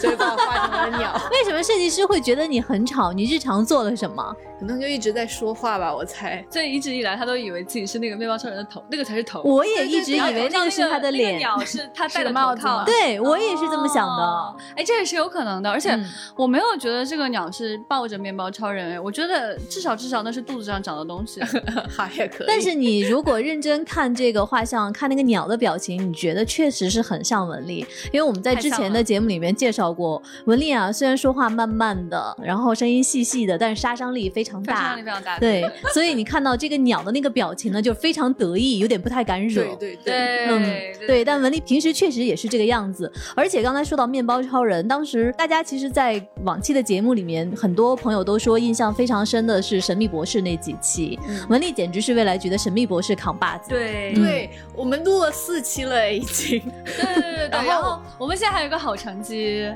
Speaker 3: 所以把我画成了鸟，
Speaker 1: 为什么设计师会觉得你很吵？你日常做了什么？
Speaker 3: 可能就一直在说话吧，我猜。
Speaker 4: 所以一直以来，他都以为自己是那个面包超人的头，那个才是头。
Speaker 1: 我也一直以
Speaker 4: 然后
Speaker 1: 为
Speaker 4: 那
Speaker 1: 那
Speaker 4: 个
Speaker 1: 个是他的脸。
Speaker 4: 那个鸟是他戴的
Speaker 2: 是帽
Speaker 4: 头
Speaker 2: 子
Speaker 4: 套。
Speaker 2: 吗
Speaker 1: 对我也是这么想
Speaker 4: 哦
Speaker 1: 的。。
Speaker 4: 哎，这也是有可能的，而且
Speaker 1: 嗯
Speaker 4: 我没有觉得这个鸟是抱着面包超人，哎，我觉得至少至少那是肚子上长的东 西。
Speaker 3: 好，也可以。
Speaker 1: 但是你如果认真看这个画像，看那个鸟的表情，你觉得确实是很像文丽，因为我们在之前的节目里面介绍过，文丽啊，虽然说话慢慢的，然后声音细细的，但是杀伤力非常
Speaker 4: 杀伤
Speaker 1: 大
Speaker 4: 力。非常大。
Speaker 1: 对，所以你看到这个个鸟的那个表情呢，就非常得意，有点不太敢惹。
Speaker 7: 对对对，
Speaker 4: 对
Speaker 1: 嗯，对，但文丽平时确实也是这个样子。而且刚才说到面包超人，当时大家其实，在往期的节目里面，很多朋友都说印象非常深的是《神秘博士》那几期，文丽简直是未来局的神秘博士扛把子。
Speaker 4: 嗯对
Speaker 1: 嗯
Speaker 8: 对我们录了四期了，已经。
Speaker 4: 对对对对，
Speaker 8: 然
Speaker 4: 然
Speaker 8: 后
Speaker 4: 后我们现在还有个好成绩，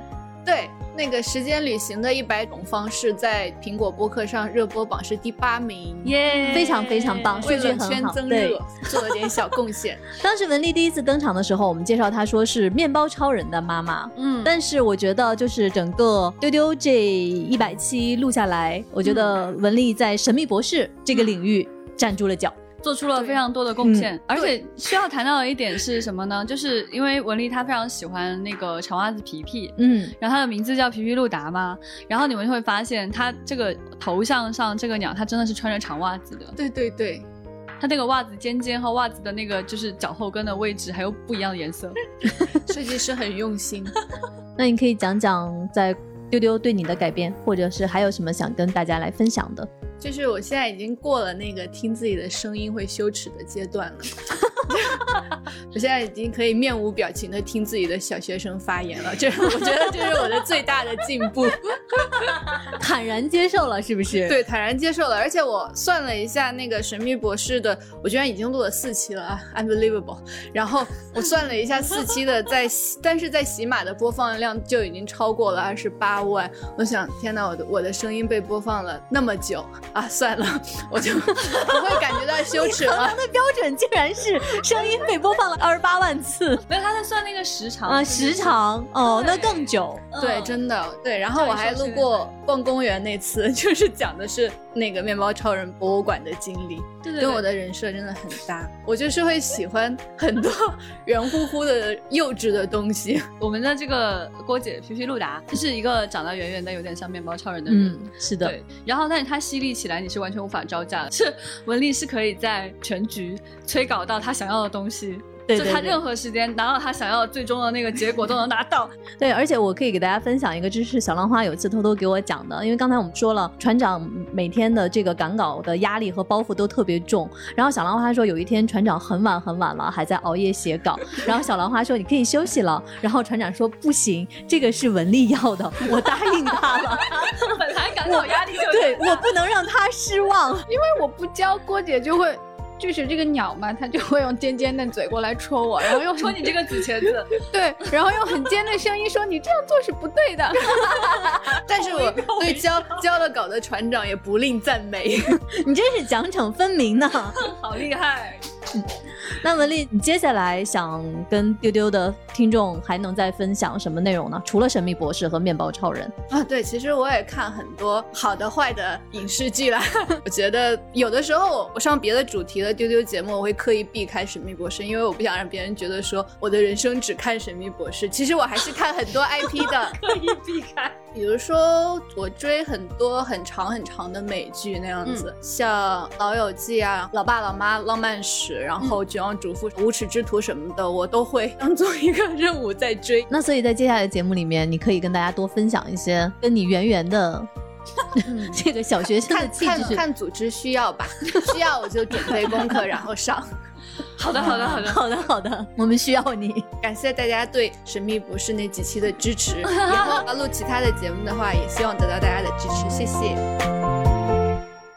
Speaker 9: 对，那个时间旅行的一百种方式在苹果播客上热播榜是第八名，
Speaker 4: 耶，
Speaker 1: 非常非常棒
Speaker 9: 为
Speaker 1: 数据
Speaker 9: 冷
Speaker 1: 很
Speaker 9: 圈
Speaker 1: 好
Speaker 9: 增
Speaker 1: 对
Speaker 9: 热做了点小贡 献。
Speaker 1: 当时文丽第一次登场的时候，我们介绍她说是面包超人的妈妈。
Speaker 9: 嗯，
Speaker 1: 但是我觉得，就是整个丢丢这一百期录下来，我
Speaker 4: 嗯
Speaker 1: 觉得文丽在神秘博士这个领域站住了脚。
Speaker 4: 做出了非常多的贡献，而且需要谈到的一点是什么呢？就是因为文丽她非常喜欢那个长袜子皮皮，
Speaker 1: 嗯，
Speaker 4: 然后它的名字叫皮皮路达嘛，然后你们会发现它这个头像上这个鸟，它真的是穿着长袜子的，
Speaker 9: 对对对，
Speaker 4: 它那个袜子尖尖和袜子的那个就是脚后跟的位置还有不一样的颜色。
Speaker 9: 设计师很用心。
Speaker 1: 那你可以讲讲在丢丢对你的改变，或者是还有什么想跟大家来分享的？
Speaker 9: 就是我现在已经过了那个听自己的声音会羞耻的 阶段了， 我现在已经可以面无表情的听自己的小学生发言了，这是我觉得这是我的最大的进 步。
Speaker 1: 坦然接受了，是不是？，
Speaker 9: 对，坦然接受了。而且我算了一下那个《神秘博士》的，我居然已经录了四期了啊，unbelievable。然后我算了一下四期的在喜，但是在喜马的播放量就已经超过了二十八万。我想，天哪，我的我的声音被播放了那么久啊！算了， 我就不会感觉到羞耻 了。
Speaker 1: 那标准竟然是声音被播放了二十八万次
Speaker 4: 没有，他在算那个时长
Speaker 1: 啊、
Speaker 9: 呃
Speaker 4: 就是
Speaker 1: 时长哦，那
Speaker 4: 对
Speaker 1: 更久。
Speaker 9: 对，真的对。然后我还录过逛公园那次， 就是讲的是那个面包超人博物馆的经历。
Speaker 4: 对对
Speaker 9: 跟我
Speaker 4: 的
Speaker 9: 的人设真的很搭。我就是会喜欢很多 圆乎乎的幼稚的东西。
Speaker 4: 我 们的这个郭姐皮皮路达，就是一个长得圆圆的，有点像面包超人的人。
Speaker 1: 嗯，是的，
Speaker 4: 对，然后但是她犀利起来，你是完全无法招架的。 是文丽是可以在全局催稿到她想要的东西，
Speaker 1: 对
Speaker 4: 就
Speaker 1: 对
Speaker 4: 她
Speaker 1: 对
Speaker 4: 任何时间拿到她想要最终的那个结果都能拿到。
Speaker 1: 对，而且我可以给大家分享一个，这是小浪花有一次偷偷给我讲的，因为刚才我们说了，船长每天的这个赶稿的压力和包袱都特别重。然后小浪花说，有一天船长很晚很晚了，还在熬夜写稿。然后小浪花说，你可以休息了。然后船长说，不行，这个是文丽要的，我答应他了，
Speaker 4: 本来赶稿压力就
Speaker 1: 对我不能让他失望。
Speaker 9: 因为我不教郭姐就会。就是这个鸟嘛，它就会用尖尖的嘴过来戳我，然后用
Speaker 4: 说你这个 紫茄子，
Speaker 9: 对，然后用很尖的声音说你这样做是不 对的。但是我对教教了稿的船长也不吝赞美。
Speaker 1: 你真是奖惩分明 呢。
Speaker 4: 好厉害！
Speaker 1: 那文丽，你接下来想跟丢丢的听众还能再分享什么内容呢？除了神秘博士和面包超人，
Speaker 9: 啊，对，其实我也看很多好的、坏的影视剧啦。 我觉得有的时候我上别的主题的丢丢节目，我会刻意避开《神秘博士》，因为我不想让别人觉得说我的人生只看《神秘博士》。其实我还是看很多 IP 的，
Speaker 4: 刻意避开。
Speaker 9: 比如说我追很多很长很长的美剧那样子，像《老友记》啊、《老爸老妈浪漫史》，然后《绝望主妇》无耻之徒》什么的，我都会当做一个任务在追。
Speaker 1: 那所以在接下来的节目里面，你可以跟大家多分享一些跟你圆圆的
Speaker 4: 嗯
Speaker 1: 这个小学生的
Speaker 9: 看
Speaker 1: 气
Speaker 9: 看
Speaker 1: 质。
Speaker 9: 看组织需要吧， 需要我就准备功课然后上。
Speaker 4: 好的，好的，好的。
Speaker 1: 好的，好的，我们需要你。
Speaker 9: 感谢大家对《神秘博士》那几期的支持，以后要录其他的节目的话，也希望得到大家的支持，谢谢。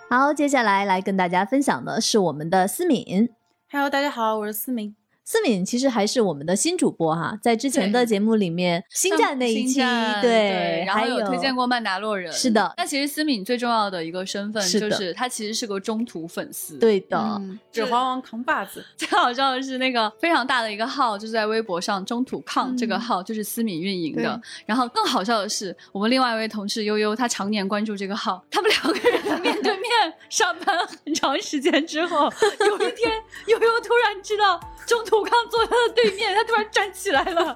Speaker 1: 好，接下来来跟大家分享的是我们的思敏。
Speaker 8: Hello，大家好，我是思明。
Speaker 1: 思敏其实还是我们的新主播哈，在之前的节目里面，星战那一期，
Speaker 4: 星战
Speaker 1: 对，
Speaker 4: 然
Speaker 1: 还
Speaker 4: 后有推荐过曼达洛人，
Speaker 1: 是的
Speaker 4: 那其实思敏最重要的一个身份
Speaker 1: 是
Speaker 4: 就
Speaker 1: 的
Speaker 4: 是他其实是个中途粉丝，，
Speaker 1: 对的，
Speaker 8: 指环王扛把子，
Speaker 4: 最好笑的是那个非常大的一个号，就是在微博上“中土抗”
Speaker 9: 嗯
Speaker 4: 这个号就是思敏运营的。然后更好笑的是，我们另外一位同事悠悠，她常年关注这个号，他们两个人面对面上班很长时间之后，有一天悠悠突然知道中土抗坐在他的对面，他突然站起来了，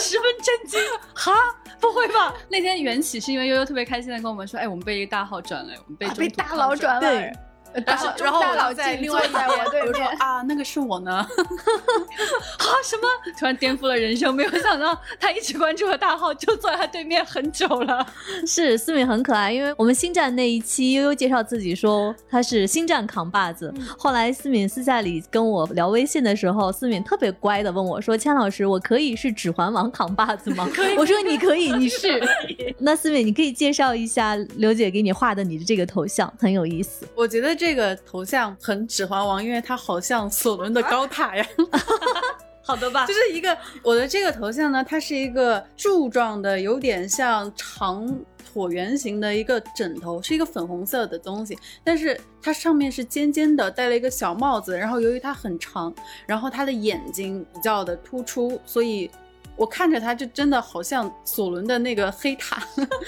Speaker 4: 十分震惊，哈。不会吧？
Speaker 8: 啊
Speaker 4: 那天缘起是因为悠悠特别开心的跟我们说，哎，我们被一个大号转了，我们被、
Speaker 9: 被大佬转了，
Speaker 1: 对，
Speaker 8: 然后然后
Speaker 2: 大
Speaker 8: 我
Speaker 2: 佬
Speaker 8: 就在
Speaker 2: 静
Speaker 8: 另外一
Speaker 2: 坐在我
Speaker 8: 边，
Speaker 2: 对
Speaker 8: 我就说
Speaker 2: 面
Speaker 8: 啊，那个是我呢。
Speaker 4: 啊什么？突然颠覆了人生，没有想到他一直关注的大号就坐在他对面很久了。
Speaker 1: 是思敏很可爱，因为我们星战那一期悠悠介绍自己说她是星战扛把子，
Speaker 4: 嗯
Speaker 1: 后来思敏私下里跟我聊微信的时候，思敏特别乖的问我说：“千老师，我可以是指环王扛把子吗？”我说：“你可以，你是。” 那思敏，你可以介绍一下刘姐给你画的你的这个头像，很有意思。
Speaker 8: 我觉得这个头像很《指环王》，因为它好像索伦的高塔呀。
Speaker 1: 好的吧
Speaker 8: 就，是一个我的这个头像呢，它是一个柱状的，有点像长椭圆形的一个枕头，是一个粉红色的东西，但是它上面是尖尖的，戴了一个小帽子，然后由于它很长，然后它的眼睛比较的突出，所以。我看着它就真的好像索伦的那个黑塔，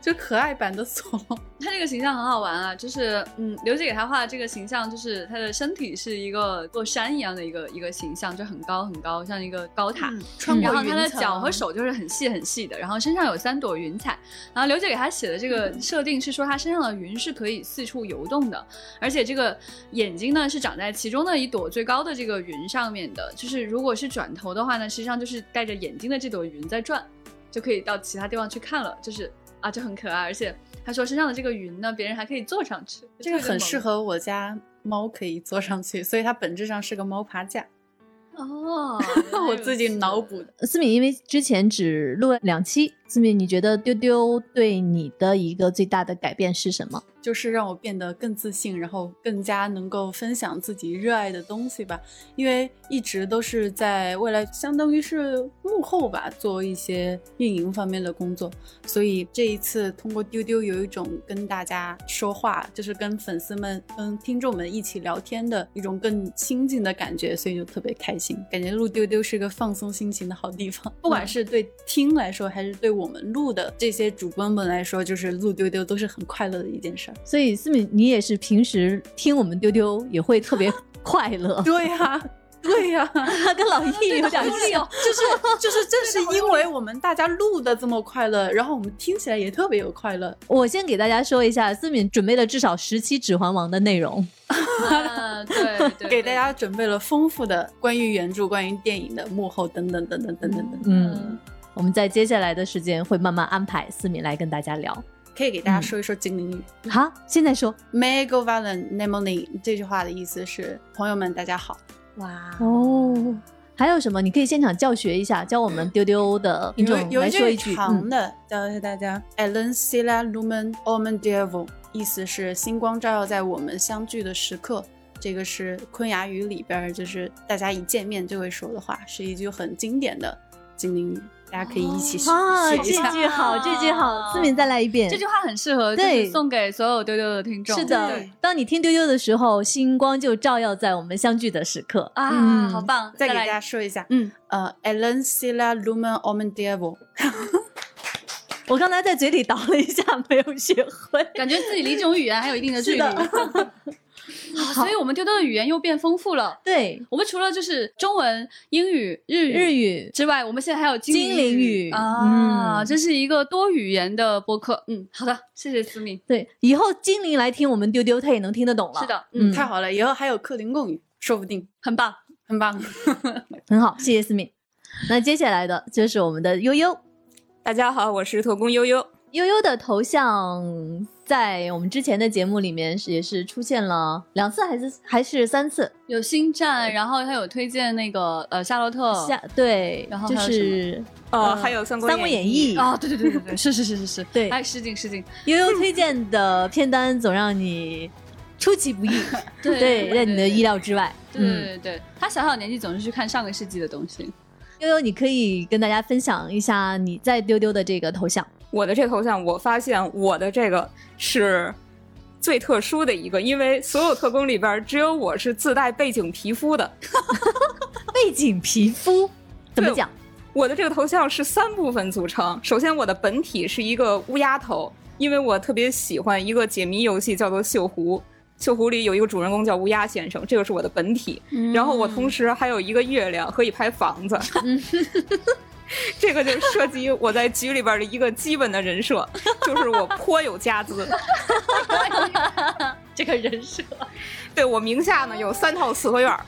Speaker 8: 就可爱版的索隆。
Speaker 4: 他这个形象很好玩啊，就是嗯，刘姐给他画的这个形象，就是他的身体是一个座山一样的一个一个形象，就很高很高，像一个高塔。
Speaker 8: 嗯
Speaker 4: 嗯
Speaker 8: 穿过
Speaker 4: 然后
Speaker 8: 云
Speaker 4: 他的
Speaker 8: 层
Speaker 4: 脚和手就是很细很细的，然后身上有三朵云彩。然后刘姐给他写的这个设定是说，他身上的云是可以四处游动的，而且这个眼睛呢是长在其中的一朵最高的这个云上面的。就是如果是转头的话呢，实际上就是带着眼睛的这朵云在转，就可以到其他地方去看了。就是啊，就很可爱。而且他说身上的这个云呢，别人还可以坐上去，
Speaker 8: 这个
Speaker 4: 就
Speaker 8: 很适
Speaker 4: 合
Speaker 8: 合我家猫可以坐上去，所以它本质上是个猫爬架，。
Speaker 4: 哦
Speaker 8: 我自己脑补的。
Speaker 1: 思敏，因为之前只录了两期，思敏，你觉得丢丢对你的一个最大的改变是什么？
Speaker 8: 就是让我变得更自信，然后更加能够分享自己热爱的东西吧。因为一直都是在未来，相当于是幕后吧，做一些运营方面的工作，所以这一次通过丢丢有一种跟大家说话，就是跟粉丝们、跟听众们一起聊天的一种更亲近的感觉，所以就特别开心，感觉录丢丢是个放松心情的好地方。不管是对听来说，还是对我们录的这些主播们来说，就是录丢丢都是很快乐的一件事儿。
Speaker 1: 所以思敏，你也是平时听我们丢丢也会特别 快 乐，
Speaker 8: 对呀、对呀、
Speaker 1: 他跟老易有点像。
Speaker 8: 就是就是，正是因为我们大家录的这么快乐，然后我们听起来也特别有快乐，
Speaker 1: 我先给大家说一下，思敏准备了至少十期《指环王》的内容。嗯
Speaker 4: 啊对对对，
Speaker 8: 给大家准备了丰富的关于原著、关于电影的幕后等等等等等等等，
Speaker 1: 嗯，我们在接下来的时间会慢慢安排思敏来跟大家聊。
Speaker 8: 可以给大家说一说精灵语。
Speaker 1: 嗯好，现在说
Speaker 8: May go valen nemoni 这句话的意思是朋友们，大家好。哇，
Speaker 1: 哦。还有什么？你可以现场教学一下，教我们丢丢的听
Speaker 8: 有
Speaker 1: 众
Speaker 8: 有
Speaker 1: 来说
Speaker 8: 一
Speaker 1: 一
Speaker 8: 句
Speaker 1: 句。
Speaker 8: 长
Speaker 1: 嗯，
Speaker 8: 的，教一下大家。Ellen sila lumen omen devil，意思是星光照耀在我们相聚的时刻。这个是昆雅语里边儿，就是大家一见面就会说的话，是一句很经典的精灵语，大家可以一起学
Speaker 1: 啊，
Speaker 8: 学
Speaker 1: 这
Speaker 8: 一下。
Speaker 1: 句 好，这句好，思敏再来一遍。
Speaker 4: 啊这句话很适合，就
Speaker 1: 对
Speaker 4: 是送给所有丢丢的听众。
Speaker 1: 是的
Speaker 8: 对，
Speaker 1: 当你听丢丢的时候，星光就照耀在我们相聚的时刻
Speaker 4: 啊，
Speaker 1: 嗯
Speaker 4: 好棒！
Speaker 8: 再给
Speaker 4: 来
Speaker 8: 大
Speaker 4: 一
Speaker 8: 家说一下，
Speaker 4: 嗯，
Speaker 8: 呃，Ellen sila lumen omen devil，
Speaker 1: 我刚才在嘴里叨了一下，没有学会。
Speaker 4: 感觉自己 离这种语言还有一定的距离。好所以我们丢丢的语言又变丰富了。
Speaker 1: 对，
Speaker 4: 我们除了就是中文、英语、日语
Speaker 1: 日语
Speaker 4: 之外，我们现在还有
Speaker 1: 精灵语
Speaker 4: 啊，
Speaker 1: 嗯
Speaker 4: 这是一个多语言的播客。嗯，好的，谢谢思敏。
Speaker 1: 对，以后精灵来听我们丢丢，他也能听得懂了。
Speaker 4: 是，的，嗯，
Speaker 1: 嗯，
Speaker 8: 太好了，以后还有克林贡语，说不定
Speaker 4: 很棒。
Speaker 8: 很棒。
Speaker 1: 很好，谢谢思敏。那接下来的就是我们的悠悠，
Speaker 5: 大家好，我是特工悠悠。
Speaker 1: 悠悠的头像在我们之前的节目里面是也是出现了两次，还是还是三次？
Speaker 4: 有星战，然后他有推荐那个呃夏洛特
Speaker 1: 下对，
Speaker 4: 然后
Speaker 1: 就
Speaker 4: 还有
Speaker 1: 是
Speaker 5: 呃，
Speaker 1: 嗯
Speaker 5: 还有《三国
Speaker 1: 三国演义》
Speaker 4: 啊，对对对对 对，是是是是是，
Speaker 1: 对
Speaker 4: 哎，失敬失敬，
Speaker 1: 悠悠推荐的片单总让你出其不意，
Speaker 4: 对
Speaker 1: 对，在你的
Speaker 4: 对
Speaker 1: 意料之外。嗯
Speaker 4: 对
Speaker 10: 嗯
Speaker 4: 对对对，他小小年纪总是去看上个世纪的东西。
Speaker 1: 悠悠，你可以跟大家分享一下你在丢丢的这个头像。
Speaker 5: 我的这头像，我发现我的这个是最特殊的一个，因为所有特工里边儿只有我是自带背景皮肤的。
Speaker 1: 背景皮肤怎么
Speaker 5: 对
Speaker 1: 讲？
Speaker 5: 我的这个头像是三部分组成。首先，我的本体是一个乌鸦头，因为我特别喜欢一个解谜游戏，叫做《锈湖》。锈湖里有一个主人公叫乌鸦先生，这个是我的本体。
Speaker 1: 嗯
Speaker 5: 然后我同时还有一个月亮和一排房子。
Speaker 1: 嗯
Speaker 5: 这个就涉及我在局里边的一个基本的人设，就是我颇有家资。
Speaker 4: 这个
Speaker 10: 个人设。对我名下呢有三套四合院儿，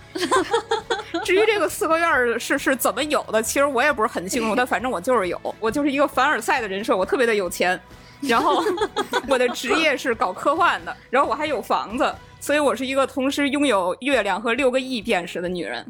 Speaker 10: 至于这个四合院儿是是怎么有的，其实我也不是很清楚，但反正我就是有，我就是一个凡尔赛的人设，我特别的有钱，然后我的职业是搞科幻的，然后我还有房子。所以我是一个同时拥有月亮和六个亿辨识的女人，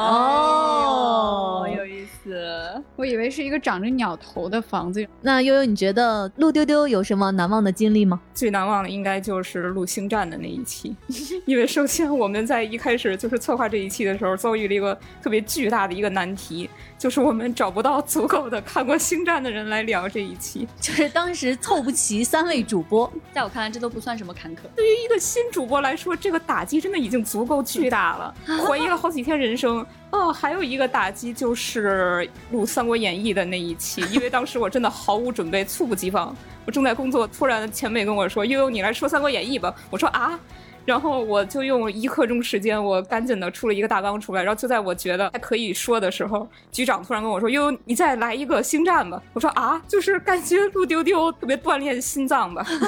Speaker 4: 哦，哎有意思。
Speaker 2: 我以为是一个长着鸟头的房子，
Speaker 1: 那悠悠，你觉得陆丢丢有什么难忘的经历吗？
Speaker 10: 最难忘的应该就是录星战的那一期， 因为首先我们在一开始就是策划这一期的时候，遭遇了一个特别巨大的一个难题，就是我们找不到足够的看过星战的人来聊这一期。
Speaker 1: 就是当时凑不齐三位主播，
Speaker 4: 在我看来，这都不算什么坎坷。
Speaker 10: 对于一个 新主播来说，这个打击真的已经足够巨大了，怀疑了好几天人生。哦，还有一个打击就是录《三国演义》的那一期，因为当时我真的毫无准备，猝不及防。我正在工作，突然前辈跟我说：“悠悠，你来说《三国演义》吧。”我说：“啊。”然后我就用一刻钟时间，我赶紧的出了一个大纲出来。然后就在我觉得还可以说的时候，局长突然跟我说：“悠悠，你再来一个星战吧。”我说：“啊，就是感觉录丢丢特别锻炼心脏吧。”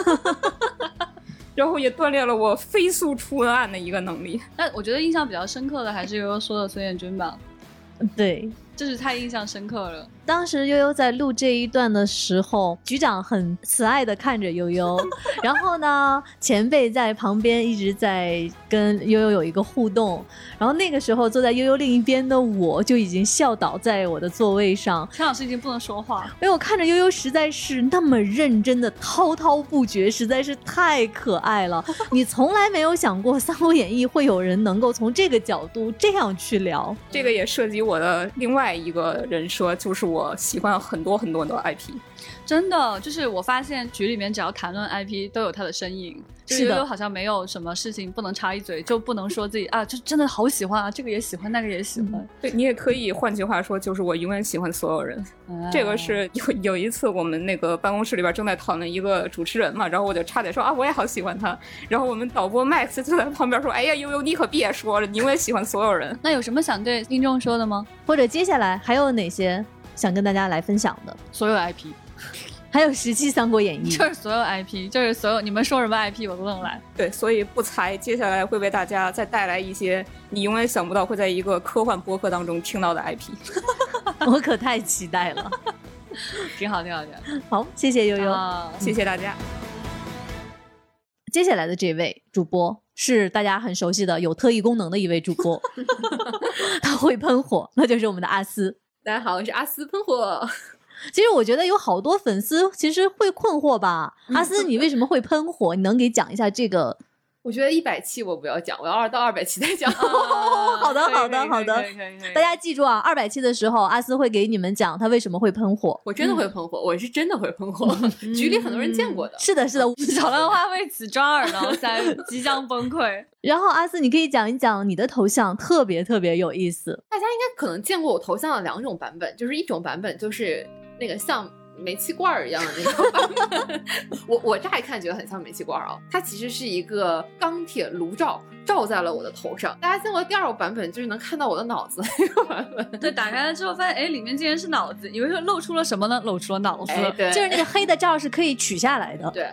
Speaker 10: 然后也锻炼了我飞速出文案的一个能力。
Speaker 4: 但我觉得印象比较深刻的还是悠悠说的孙彦军吧，
Speaker 1: 对，
Speaker 4: 这是太印象深刻了。
Speaker 1: 当时悠悠在录这一段的时候，局长很慈爱的看着悠悠，然后呢，前辈在旁边一直在跟悠悠有一个互动，然后那个时候坐在悠悠另一边的我就已经笑倒在我的座位上，
Speaker 4: 钱老师已经不能说话，
Speaker 1: 因为我看着悠悠实在是那么认真的滔滔不绝，实在是太可爱了。你从来没有想过《三国演义》会有人能够从这个角度这样去聊，
Speaker 10: 这个也涉及我的另外一个人设，就是我喜欢很多很多很多 IP。
Speaker 4: 真的就是我发现局里面只要谈论 IP 都有他的身影，就是
Speaker 1: 是的
Speaker 4: 悠悠好像没有什么事情不能插一嘴，就不能说自己啊，就真的好喜欢啊，这个也喜欢，那个也喜欢。
Speaker 10: 对你也可以，换句话说，就是我永远喜欢所有人。
Speaker 4: 哎
Speaker 10: 这个是有有一次我们那个办公室里边正在讨论一个主持人嘛，然后我就差点说啊，我也好喜欢他。然后我们导播 Max 就在旁边说：“哎呀，悠悠，你可别说了，你永远喜欢所有人。
Speaker 4: 那有什么想对听众说的吗？
Speaker 1: 或者接下来还有哪些想跟大家来分享的？
Speaker 4: 所有 IP，
Speaker 1: 还有十期《三国演义
Speaker 4: 就》，
Speaker 10: 嗯
Speaker 4: 是所有 IP，就是所有你们说什么 IP 我都能来。”
Speaker 10: 对，所以不才接下来会为大家再带来一些你永远想不到会在一个科幻播客当中听到的 IP。
Speaker 1: 我可太期待了。
Speaker 4: 挺好，挺好，挺好。
Speaker 1: 好，谢谢悠悠。
Speaker 4: 啊
Speaker 10: 谢谢大家。
Speaker 1: 接下来的这位主播是大家很熟悉的有特异功能的一位主 播，他会喷火，那就是我们的阿斯。
Speaker 11: 大家好，我是阿斯喷火。
Speaker 1: 其实我觉得有好多粉丝其实会困惑吧，
Speaker 4: 嗯
Speaker 1: 阿斯，你为什么会喷火？你能给讲一下这个？
Speaker 11: 我觉得一百期我不要讲，我要二到二百期再讲。啊
Speaker 1: 好的，好的，好的。大家记住啊，二百期的时候，阿斯会给你们讲他为什么会喷火。嗯
Speaker 11: 我真的会喷火，我是真的会喷火，局里很多人见过的。
Speaker 1: 是的，是的。
Speaker 4: 小浪花为此抓耳挠腮，即将崩溃。
Speaker 1: 然后阿斯，你可以讲一讲你的头像，特别特别有意思。
Speaker 11: 大家应该可能见过我头像的两种版本，就是一种版本就是那个像煤气罐儿一样的那种版本，我我乍一看觉得很像煤气罐儿啊，它其实是一个钢铁炉罩罩在了我的头上。大家见过第二个版本，就是能看到我的脑子 那个版本。
Speaker 4: 对，打开了之后发现，哎，里面竟然是脑子，以为是露出了什么呢？露出了脑子。
Speaker 11: 哎，对，
Speaker 1: 就是那个黑的罩是可以取下来的，
Speaker 11: 对，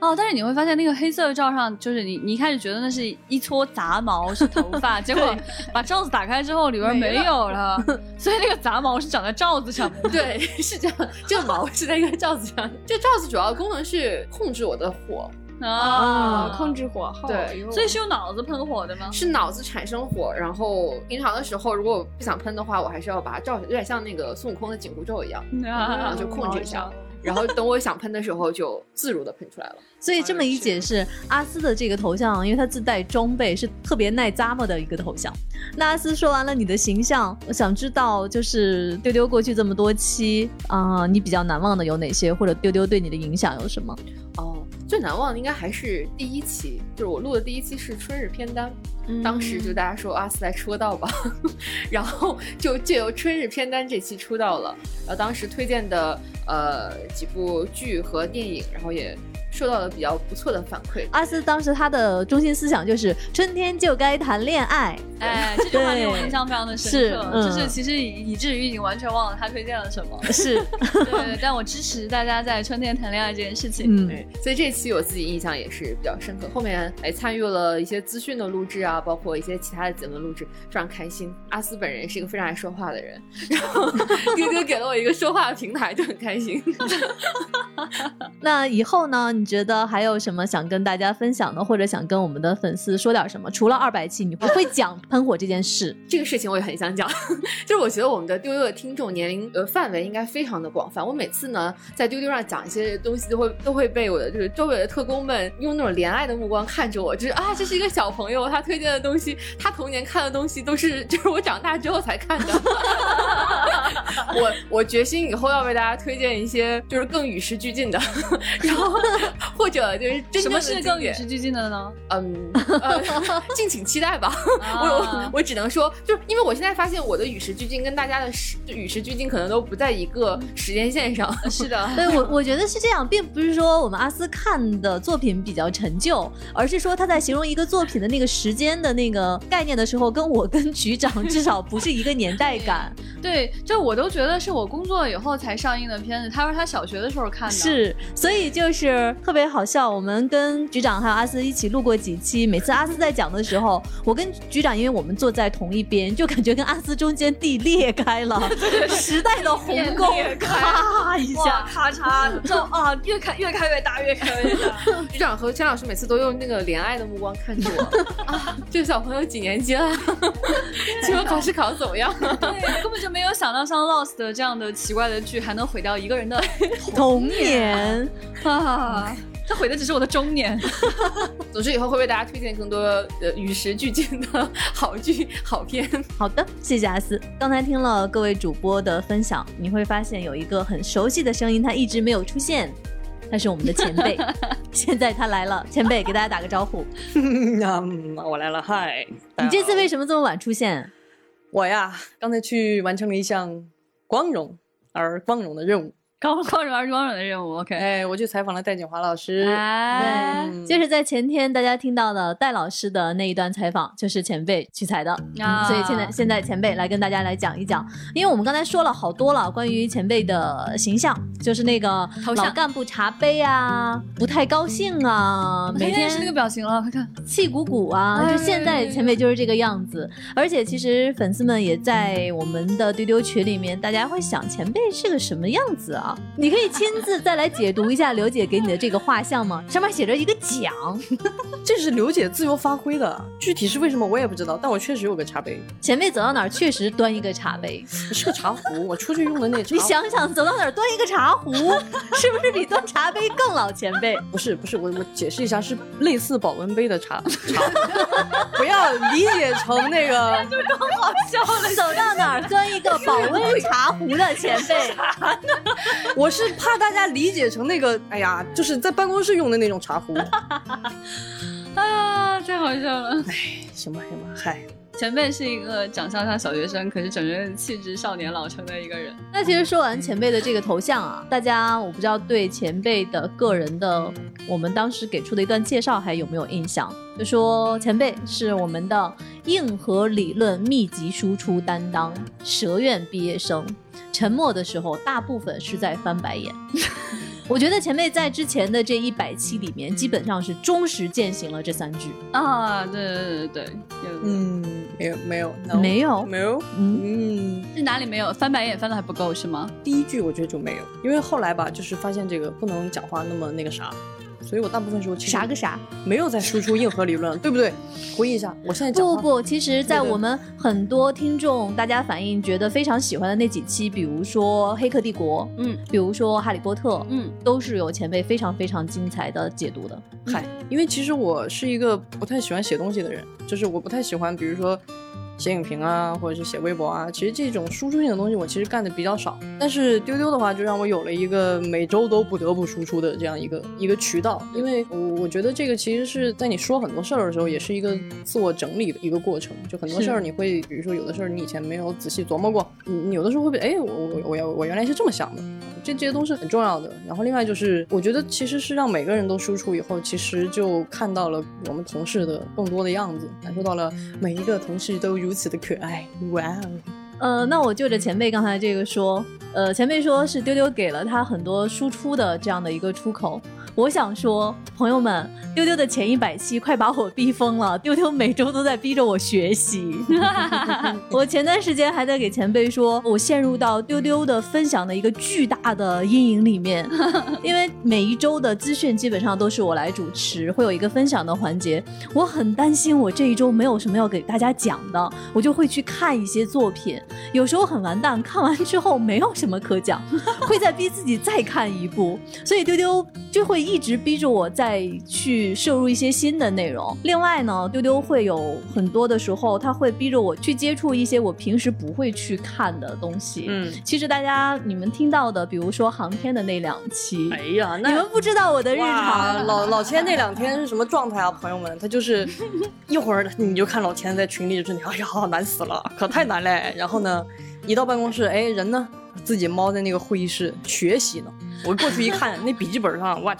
Speaker 4: 哦，但是你会发现那个黑色的罩上，就是你你一开始觉得那是一撮杂毛是头发，结果把罩子打开之后里边没有了， 所以那个杂毛是长在罩子上面的。
Speaker 11: 对，是这样，这个毛是在一个罩子上。这罩子主要功能是控制我的火，哦
Speaker 4: 啊，
Speaker 2: 控。制火候。
Speaker 11: 对
Speaker 4: 所以是用脑子喷火的吗？
Speaker 11: 是脑子产生火。然后平常的时候，如果不想喷的话，我还是要把它罩起来，有点像那个孙悟空的紧箍咒一样，然
Speaker 4: 啊
Speaker 11: 后就控制一下。然后等我想喷的时候，就自如的喷出来了。
Speaker 1: 所以这么一解释，阿斯的这个头像，因为他自带装备，是特别耐咂摸的一个头像。那阿斯说完了你的形象，我想知道就是丢丢过去这么多期啊、你比较难忘的有哪些，或者丢丢对你的影响有什么？
Speaker 11: 哦，最难忘的应该还是第一期，就是我录的第一期是春日片单，当时就大家说啊阿斯来出个道吧， 然后就借由春日片单这期出道了，然后当时推荐的呃几部剧和电影，然后也。受到了比较不错的反馈。
Speaker 1: 阿斯当时他的中心思想就是春天就该谈恋爱，
Speaker 4: 哎，这句话令我印象非常的深
Speaker 1: 是
Speaker 4: 刻，
Speaker 1: 嗯
Speaker 4: 就是其实以以至于已经完全忘了他推荐了什 么。
Speaker 1: 是，
Speaker 4: 对，但我支持大家在春天谈恋爱这件事
Speaker 1: 嗯，
Speaker 4: 情。
Speaker 11: 对，所以这期我自己印象也是比较深刻。后面哎参与了一些资讯的录制啊，包括一些其他的节目录制，非常开心。阿斯本人是一个非常爱说话的人，然后哥哥给了我一个说话的平台，就很开心。
Speaker 1: 那以后呢？你觉得还有什么想跟大家分享的，或者想跟我们的粉丝说点什么？除了二百期，你不 会讲喷火这件事，
Speaker 11: 这个事情我也很想讲， 就是我觉得我们的丢丢的听众年龄呃范围应该非常的广泛。我每次呢在丢丢上讲一些东西，都会都会被我的就是周围的特工们用那种怜爱的目光看着我，就是啊这是一个小朋友，他推荐的东西，他童年看的东西都是 就是我长大之后才看的。 我我决心以后要为大家推荐一些就是更与时俱进的， 然后或者就是
Speaker 4: 什
Speaker 11: 真正
Speaker 4: 么
Speaker 11: 的
Speaker 4: 是
Speaker 11: 经
Speaker 4: 更与
Speaker 11: 典
Speaker 4: 时俱进的呢？
Speaker 11: 嗯，呃敬请期待吧。我我
Speaker 4: 啊
Speaker 11: 我只能说，就是因为我现在发现我的与时俱进跟大家的时与时俱进可能都不在一个时间线上。
Speaker 4: 是的，
Speaker 1: 对我，我觉得是这样，并不是说我们阿斯看的作品比较陈旧，而是说他在形容一个作品的那个时间的那个概念的时候，跟我跟局长至少不是一个年代感。
Speaker 4: 对，就我都觉得是我工作以后才上映的片子。他说他小学的时候看的，
Speaker 1: 是，所以就是特别好笑。我们跟局长还有阿斯一起录过几期，每次阿斯在讲的时候，我跟局长，因为我们坐在同一边，就感觉跟阿斯中间地裂开了， 时代的鸿沟咔一下，
Speaker 4: 咔嚓，就啊，越看越看越大，越看越 大。
Speaker 11: 局长和钱老师每次都用那个怜爱的目光看着我 啊，这个小朋友几年级了？ 期末考试考得怎 么样？
Speaker 4: 对，根本就没有想到像 Lost 这样的奇怪的剧还能毁掉一个人的
Speaker 1: 童年。
Speaker 4: 啊！他毁的只是我的中年。
Speaker 11: 总之以后会为大家推荐更多呃与时俱进的 好剧好片。
Speaker 1: 好的，谢谢阿斯。刚才听了各位主播的分享，你会发现有一个很熟悉的声音，他一直没有出现，他是我们的前 辈，现在他来了，前辈给大家打个招呼。
Speaker 12: 嗯，我来了，嗨！大
Speaker 1: 你
Speaker 12: 家
Speaker 1: 这次
Speaker 12: 好
Speaker 1: 为什么这么晚出现？
Speaker 12: 我呀，刚才去完成了一项光荣而光荣的任务。
Speaker 4: 高光荣而光荣的任务，OK。
Speaker 12: 哎，我去采访了戴锦华老师。
Speaker 4: 哎，
Speaker 12: 嗯
Speaker 1: 啊就是在前天大家听到的戴老师的那一段采访，就是前辈取材的，
Speaker 12: 嗯
Speaker 4: 啊
Speaker 1: 所以现在现在前辈来跟大家来讲一讲，因为我们刚才说了好多了关于前辈的形象，就是那个
Speaker 4: 头像
Speaker 1: 老干部茶杯啊，不太高兴啊，每
Speaker 4: 每
Speaker 1: 天
Speaker 4: 天是那个表情了，快看，哎
Speaker 1: 气鼓鼓啊，就现在前辈就是这个样子。而且其实粉丝们也在我们的丢丢群里面，大家会想前辈是个什么样子啊？你可以亲自再来解读一下刘姐给你的这个画像吗？上面写着一个奖，
Speaker 12: 这是刘姐自由发挥的，具体是为什么我也不知道，但我确实有个茶杯，
Speaker 1: 前辈走到哪儿确实端一个茶杯，
Speaker 12: 是个茶壶， 我出去用的那茶。
Speaker 1: 你，想想走到哪儿端一个 茶壶， 是不是比端茶杯更老前辈？
Speaker 12: 不是不是，我我解释一下，是类似保温杯的茶茶壶， 不要理解成那个。
Speaker 1: 走到哪儿端一个保温茶壶的前辈，
Speaker 12: 我是怕大家理解成那个，哎呀，就是在办公室用的那 种茶壶。
Speaker 4: 啊，太好笑了。
Speaker 1: 哎
Speaker 12: 行吧行吧，嗨，
Speaker 4: 前辈是一个长相像小学生，可是整个人气质少年老成的一个人。
Speaker 1: 那其实说完前辈的这个头像啊，大家我不知道对前辈的个人的我们当时给出的一段介绍还有没有印象？就说前辈是我们的硬核理论密集输出担当，蛇院毕业生，沉默的时候大部分是在翻白眼。 我觉得前辈在之前的这一百期里面，基本上是忠实践行了这三句。
Speaker 4: 啊，对对对对对，有
Speaker 12: 嗯，没有没有 no
Speaker 1: 没有
Speaker 12: 没有，
Speaker 1: 嗯，
Speaker 12: 嗯。
Speaker 4: 是哪里没有？翻白眼翻的还不够是吗？
Speaker 12: 第一句我觉得就没有，因为后来吧，就是发现这个不能讲话那么那个啥，所以我大部分时候其实
Speaker 1: 啥个啥？
Speaker 12: 没有在输出硬核理论，对不对？回忆一下，我现在讲
Speaker 1: 不
Speaker 12: 话
Speaker 1: 不不，其实，在
Speaker 12: 对对
Speaker 1: 我们很多听众大家反映觉得非常喜欢的那几期，比如说《黑客帝国》，
Speaker 4: 嗯，
Speaker 1: 比如说《哈利波特》，
Speaker 4: 嗯，
Speaker 1: 都是有前辈非常非常精彩的解读的。
Speaker 12: 嗨，因为其实我是一个不太喜欢写东西的人，就是我不太喜欢，比如说写影评啊，或者是写微博啊。其实这种输出性的东西，我其实干的比较少。但是丢丢的话，就让我有了一个每周都不得不输出的这样一个一个渠道，因为我我觉得这个其实是在你说很多事儿的时候，也是一个自我整理的一个过程。就很多事儿你会，比如说有的事儿你以前没有仔细琢磨过，你你有的时候会被哎，我我我我原来是这么想的，这这些东西很重要的。然后另外就是，我觉得其实是让每个人都输出以后，其实就看到了我们同事的更多的样子，感受到了每一个同事都如此的可爱，哇哦！
Speaker 1: 呃，那我就着前辈刚才这个说，呃，前辈说是丢丢给了他很多输出的这样的一个出口。我想说，朋友们，丢丢的前一百期快把我逼疯了，丢丢每周都在逼着我学习。 我前段时间还在给前辈说，我陷入到丢丢的分享的一个巨大的阴影里面，因为每一周的资讯基本上都是我来主持，会有一个分享的环节，我很担心我这一周没有什么要给大家讲的，我就会去看一些作品，有时候很完蛋，看完之后没有什么可讲， 会再逼自己再看一部，所以丢丢就会一直逼着我再去摄入一些新的内容。另外呢，丢丢会有很多的时候，他会逼着我去接触一些我平时不会去看的东西。
Speaker 12: 嗯，
Speaker 1: 其实大家你们听到的，比如说航天的那两期，
Speaker 12: 哎呀，
Speaker 1: 你们不知道我的日
Speaker 12: 哇，
Speaker 1: 常。
Speaker 12: 老老千那两天是什么状态啊，朋友们？他就是一会儿你就看老千在群里就你哎呀难死了，可太难嘞。然后呢，一到办公室，哎人呢自己猫在那个会议室学习呢。我过去一看，那笔记本上 哇，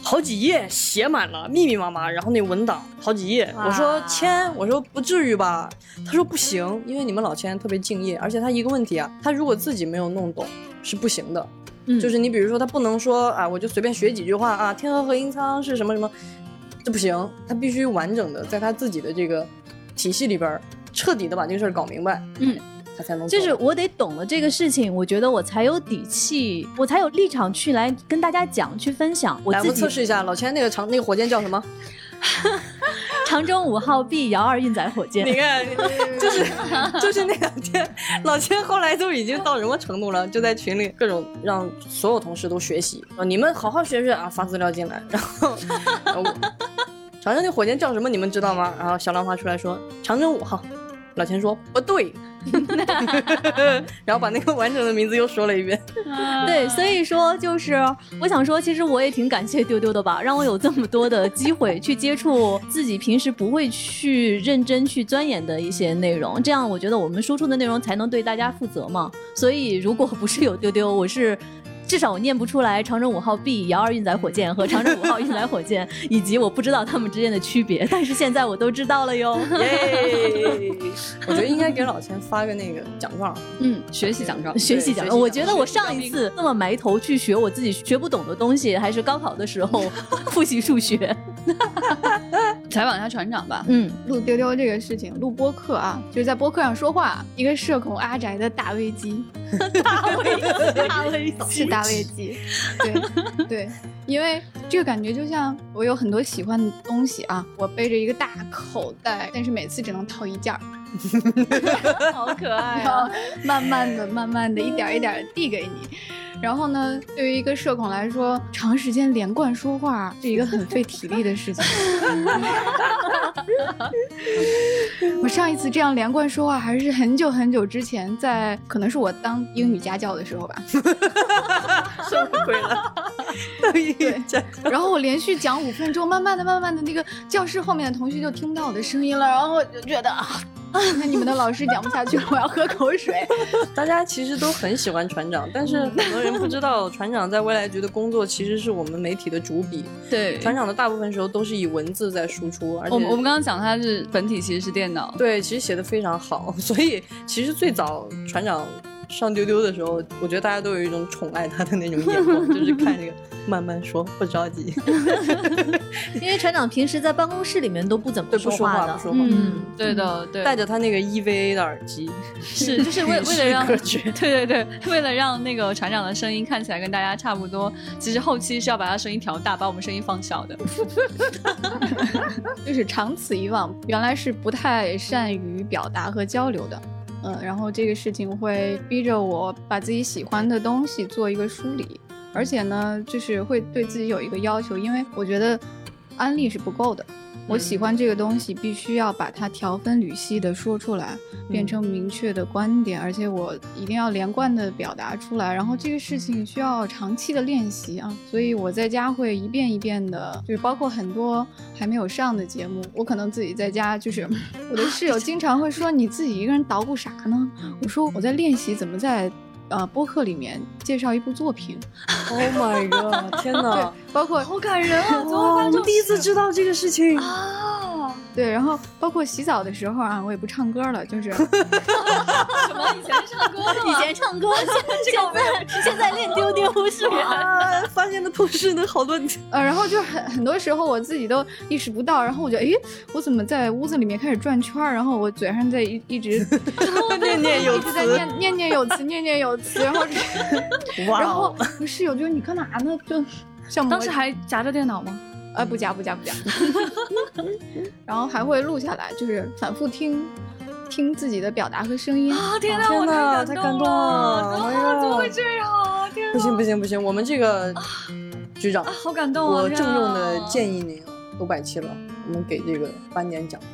Speaker 12: 好几页写满了，密密麻麻，然后那文档好几页。我说千，我说不至于吧？他说不行，因为你们老千特别敬业，而且他一个问题啊，他如果自己没有弄懂是不行的。
Speaker 1: 嗯
Speaker 12: 就是你比如说，他不能说啊，我就随便学几句话啊，天河和音仓是什么什么，这不行，他必须完整的在他自己的这个体系里边儿彻底的把这个事儿搞明白，
Speaker 1: 嗯，
Speaker 12: 他才能
Speaker 1: 就是
Speaker 12: 做
Speaker 1: 我得懂了这个事情，我觉得我才有底气，我才有立场去来跟大家讲、去分享我
Speaker 12: 来，我
Speaker 1: 自
Speaker 12: 们
Speaker 1: 己
Speaker 12: 测试一下老钱那个长那个火箭叫什么？
Speaker 1: 长征五号 B 遥二运载火箭。
Speaker 12: 你看， 就是 就是那两天，老千后来都已经到什么程度了？就在群里各种让所有同事都学习，啊，你们好好学学啊，发资料进来，然后。呃我长征那火箭叫什么？你们知道吗？然后小浪花出来说长征五号，老钱说不对， 然后把那个完整的名字又说了一遍。
Speaker 1: 对，所以说就是我想说，其实我也挺感谢丢丢的吧，让我有这么多的机会去接触自己平时不会去认真去钻研的一些内容，这样我觉得我们输出的内容才能对大家负责嘛。所以如果不是有丢丢，我是。至少我念不出来长征五号 B 遥二运载火箭和长征五号运载火箭， 以及我不知道它们之间的区别，但是现在我都知道了哟。
Speaker 12: 耶！我觉得应该给老钱发个那个奖状，
Speaker 4: 嗯，学习奖状，
Speaker 1: 学习讲，
Speaker 12: 学习
Speaker 1: 我
Speaker 12: 讲
Speaker 1: 觉得我上一次那么埋头去学我自己学不懂的东西，还是高考的时候 复习数学。
Speaker 4: 采访一下船长吧。
Speaker 1: 嗯，
Speaker 2: 啊录丢丢这个事情，录播客啊，就是在播客上说话，一个社恐阿宅的大危机，
Speaker 1: 大危
Speaker 2: 是大卫 机，对对，因为这个感觉就像我有很多喜欢的东西啊，我背着一个大口袋，但是每次只能套一件儿，
Speaker 4: 好可爱
Speaker 12: 啊
Speaker 4: 啊
Speaker 2: 然！后慢慢的、慢慢的、一点儿一点的递给你。然后呢，对于一个社恐来说，长时间连贯说话是一个很费体力的事情。 我上一次这样连贯说话还是很久很久之前在，可能是我当英语家教的时候吧。
Speaker 12: 什么鬼了？等于这
Speaker 2: 然后我连续讲五分钟，慢慢的、慢慢的，那个教室后面的同学就听不到我的声音了，然后我就觉得啊，那你们的老师讲不下去了，我要喝口 水。
Speaker 12: 大家其实都很喜欢船长，但是
Speaker 4: 嗯
Speaker 12: 很多人不知道，船长在未来局的工作其实是我们媒体的主笔。
Speaker 4: 对，
Speaker 12: 船长的大部分时候都是以文字在输出，而且
Speaker 4: 我们我们刚刚讲他是本体其实是电脑，
Speaker 12: 对其实写的非常好， 所以其实最早船长上丢丢的时候，我觉得大家都有一种宠爱他的那种眼光，就是看 这个慢慢说，不着急，
Speaker 1: 因为船长平时在办公室里面都不怎么
Speaker 12: 对，不说
Speaker 1: 话
Speaker 12: 话，
Speaker 1: 的
Speaker 12: 不，说话。
Speaker 4: 嗯，对的，对，
Speaker 12: 戴着他那个 E EVA 的耳机，
Speaker 4: 是就是为
Speaker 12: 与
Speaker 4: 为
Speaker 12: 世
Speaker 4: 了让
Speaker 12: 隔绝
Speaker 4: 对对对，为了让那个船长的声音看起来跟大家差不多，其实后期是要把他声音调大，把我们声音放小的。
Speaker 2: 就是长此以往，原来是不太善于表达和交流的。嗯，然后这个事情会逼着我把自己喜欢的东西做一个梳理，而且呢，就是会对自己有一个要求，因为我觉得安利是不够的。我喜欢这个东西，必须要把它条分缕析的说出来，变成明确的观点，而且我一定要连贯的表达出来。然后这个事情需要长期的练习啊，所以我在家会一遍一遍的，就是包括很多还没有上的节目，我可能自己在家就是 我的室友经常会说你自己一个人捣鼓啥呢？我说我在练习怎么在呃播客里面介绍一部作品，
Speaker 12: Oh my god！天哪，
Speaker 2: 包括
Speaker 6: 好感人 啊！
Speaker 12: 哇，我们第一次知道这个事情，
Speaker 2: 对，然后包括洗澡的时候啊，我也不唱歌了，就是
Speaker 4: 什么以前唱歌
Speaker 1: 以前唱 歌，现现在现在练丢丢是吧？
Speaker 12: 啊，发现了 同事的好多
Speaker 2: 呃，然后就很很多时候我自己都意识不到，然后我就诶，我怎么在屋子里面开始转圈儿？然后我嘴上在一一 直
Speaker 12: 念念有
Speaker 2: 一直在
Speaker 12: 词
Speaker 2: 念念念有词，念念有词，然后
Speaker 12: 哇哦
Speaker 2: 然后我室友就你干嘛呢？就像我
Speaker 4: 当时还夹着电脑吗？
Speaker 2: 啊不加不加不加， 然后还会录下来，就是反复听听自己的表达和声音。
Speaker 4: 天
Speaker 12: 哦天哪，太感动了！
Speaker 2: 啊
Speaker 4: 怎
Speaker 12: 哎
Speaker 4: 么
Speaker 12: 呀
Speaker 4: 怎么会这样啊？天
Speaker 12: 不行不行不行，我们这个局长
Speaker 4: 啊，，好感动啊！
Speaker 12: 我郑重的建
Speaker 4: 议，
Speaker 12: 议您，都百期了，我们给这个颁点奖状。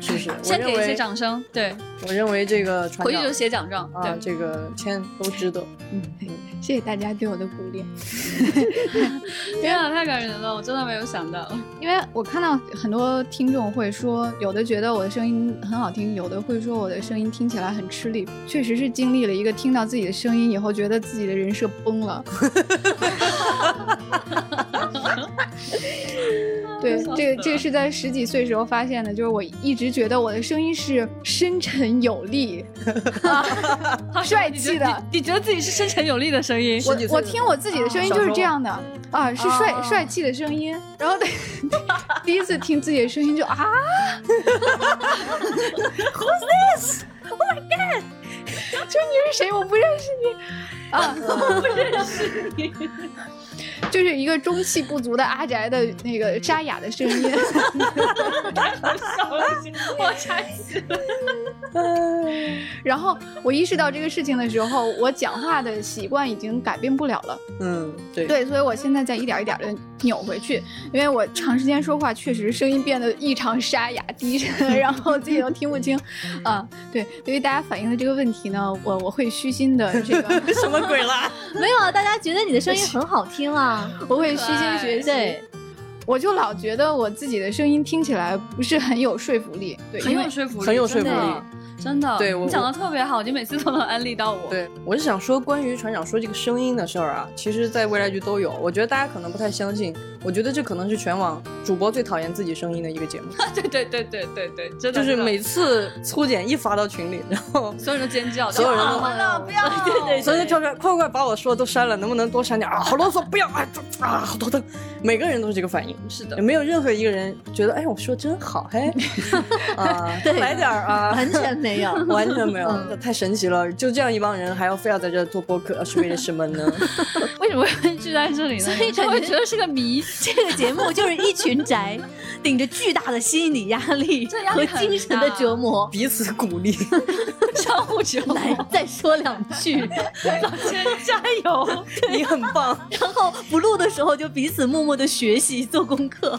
Speaker 12: 是不是？我
Speaker 4: 先给
Speaker 12: 认
Speaker 4: 一些
Speaker 12: 为，
Speaker 4: 掌声，对，
Speaker 12: 我认为这个船
Speaker 4: 回去
Speaker 12: 长
Speaker 4: 就写奖状，
Speaker 12: 啊，
Speaker 4: 对。
Speaker 12: 这个签都值得。
Speaker 2: 谢谢大家对我的鼓励，
Speaker 4: 天啊，太感人了，我真的没有想 到。
Speaker 2: 因为我看到很多听众会说，有的觉得我的声音很好听，有的会说我的声音听起来很吃力。确实是经历了一个听到自己的声音以后，觉得自己的人设崩了。对，这个这个是在十几岁时候发现的，就是我一直觉得我的声音是深沉有力、啊、帅气的，
Speaker 4: 你觉得自己是深沉有力的声音？
Speaker 2: 我我听我自己的声音就是这样的啊，是帅、帅气的声音。然后第一次听自己的声音就啊 ，Who's this? Oh my god！就你是谁？我不认识你啊， 我不认识你。就是一个中气不足的阿宅的那个沙哑的声音， 然后我意识到这个事情的时候，我讲话的习惯已经改变不了了。
Speaker 12: 嗯，对，
Speaker 2: 对，所以我现在在一点儿一点的扭回去，因为我长时间说话确实声音变得异常沙哑低沉， 然后自己都听不清。啊，对，对于大家反映的这个问题呢，我我会虚心的这个，
Speaker 12: 什么鬼啦？
Speaker 1: 没有，啊大家觉得你的声音很好听啊。
Speaker 2: 我会虚心学习。
Speaker 1: 对，
Speaker 2: 我就老觉得我自己的声音听起来不是很有说服力，对，
Speaker 4: 很
Speaker 2: 因为
Speaker 4: 有说服力，
Speaker 12: 很有说
Speaker 4: 真
Speaker 12: 服
Speaker 4: 的
Speaker 12: 力，
Speaker 4: 真的。
Speaker 12: 对我
Speaker 4: 你讲的特别好，你每次都能安利到我。
Speaker 12: 对，我是想说关于船长说这个声音的事儿啊，其实在未来局都有。我觉得大家可能不太相信，我觉得这可能是全网主播最讨厌自己声音的一个节目，
Speaker 4: 对对对对对 对，真的
Speaker 12: 就是
Speaker 4: 真的
Speaker 12: 每次粗剪一发到群里，然后
Speaker 4: 所有人都尖叫，
Speaker 12: 所有人都
Speaker 4: 啊
Speaker 1: 不 要，
Speaker 12: 所有人跳出来，快快把我说的都删了，能不能多删点啊？好啰嗦，不要啊啊，好头疼。每个人都是这个反应，
Speaker 4: 是的
Speaker 12: 也，没有任何一个人觉得哎，我说真好， 嘿，啊，
Speaker 1: 对
Speaker 12: 来点儿啊，
Speaker 1: 完 全没有。
Speaker 12: 完全没有，
Speaker 1: 嗯
Speaker 12: 太神奇了！就这样一帮人，还要非要在这儿做播客，是为了什么呢？
Speaker 4: 为什么会聚在这里呢？
Speaker 1: 所以
Speaker 4: 就
Speaker 1: 感
Speaker 4: 会
Speaker 1: 觉
Speaker 4: 觉得是个谜。
Speaker 1: 这个节目就是一群宅，顶着巨大的心理压力
Speaker 4: 这压
Speaker 1: 和
Speaker 4: 力很
Speaker 1: 精神的
Speaker 4: 大
Speaker 1: 折磨，
Speaker 12: 彼此鼓励，
Speaker 4: 相互折磨，
Speaker 1: 来再说两 句，
Speaker 4: 先加油！
Speaker 12: 你很棒。
Speaker 1: 然后不录的时候就彼此默默的学习做功课。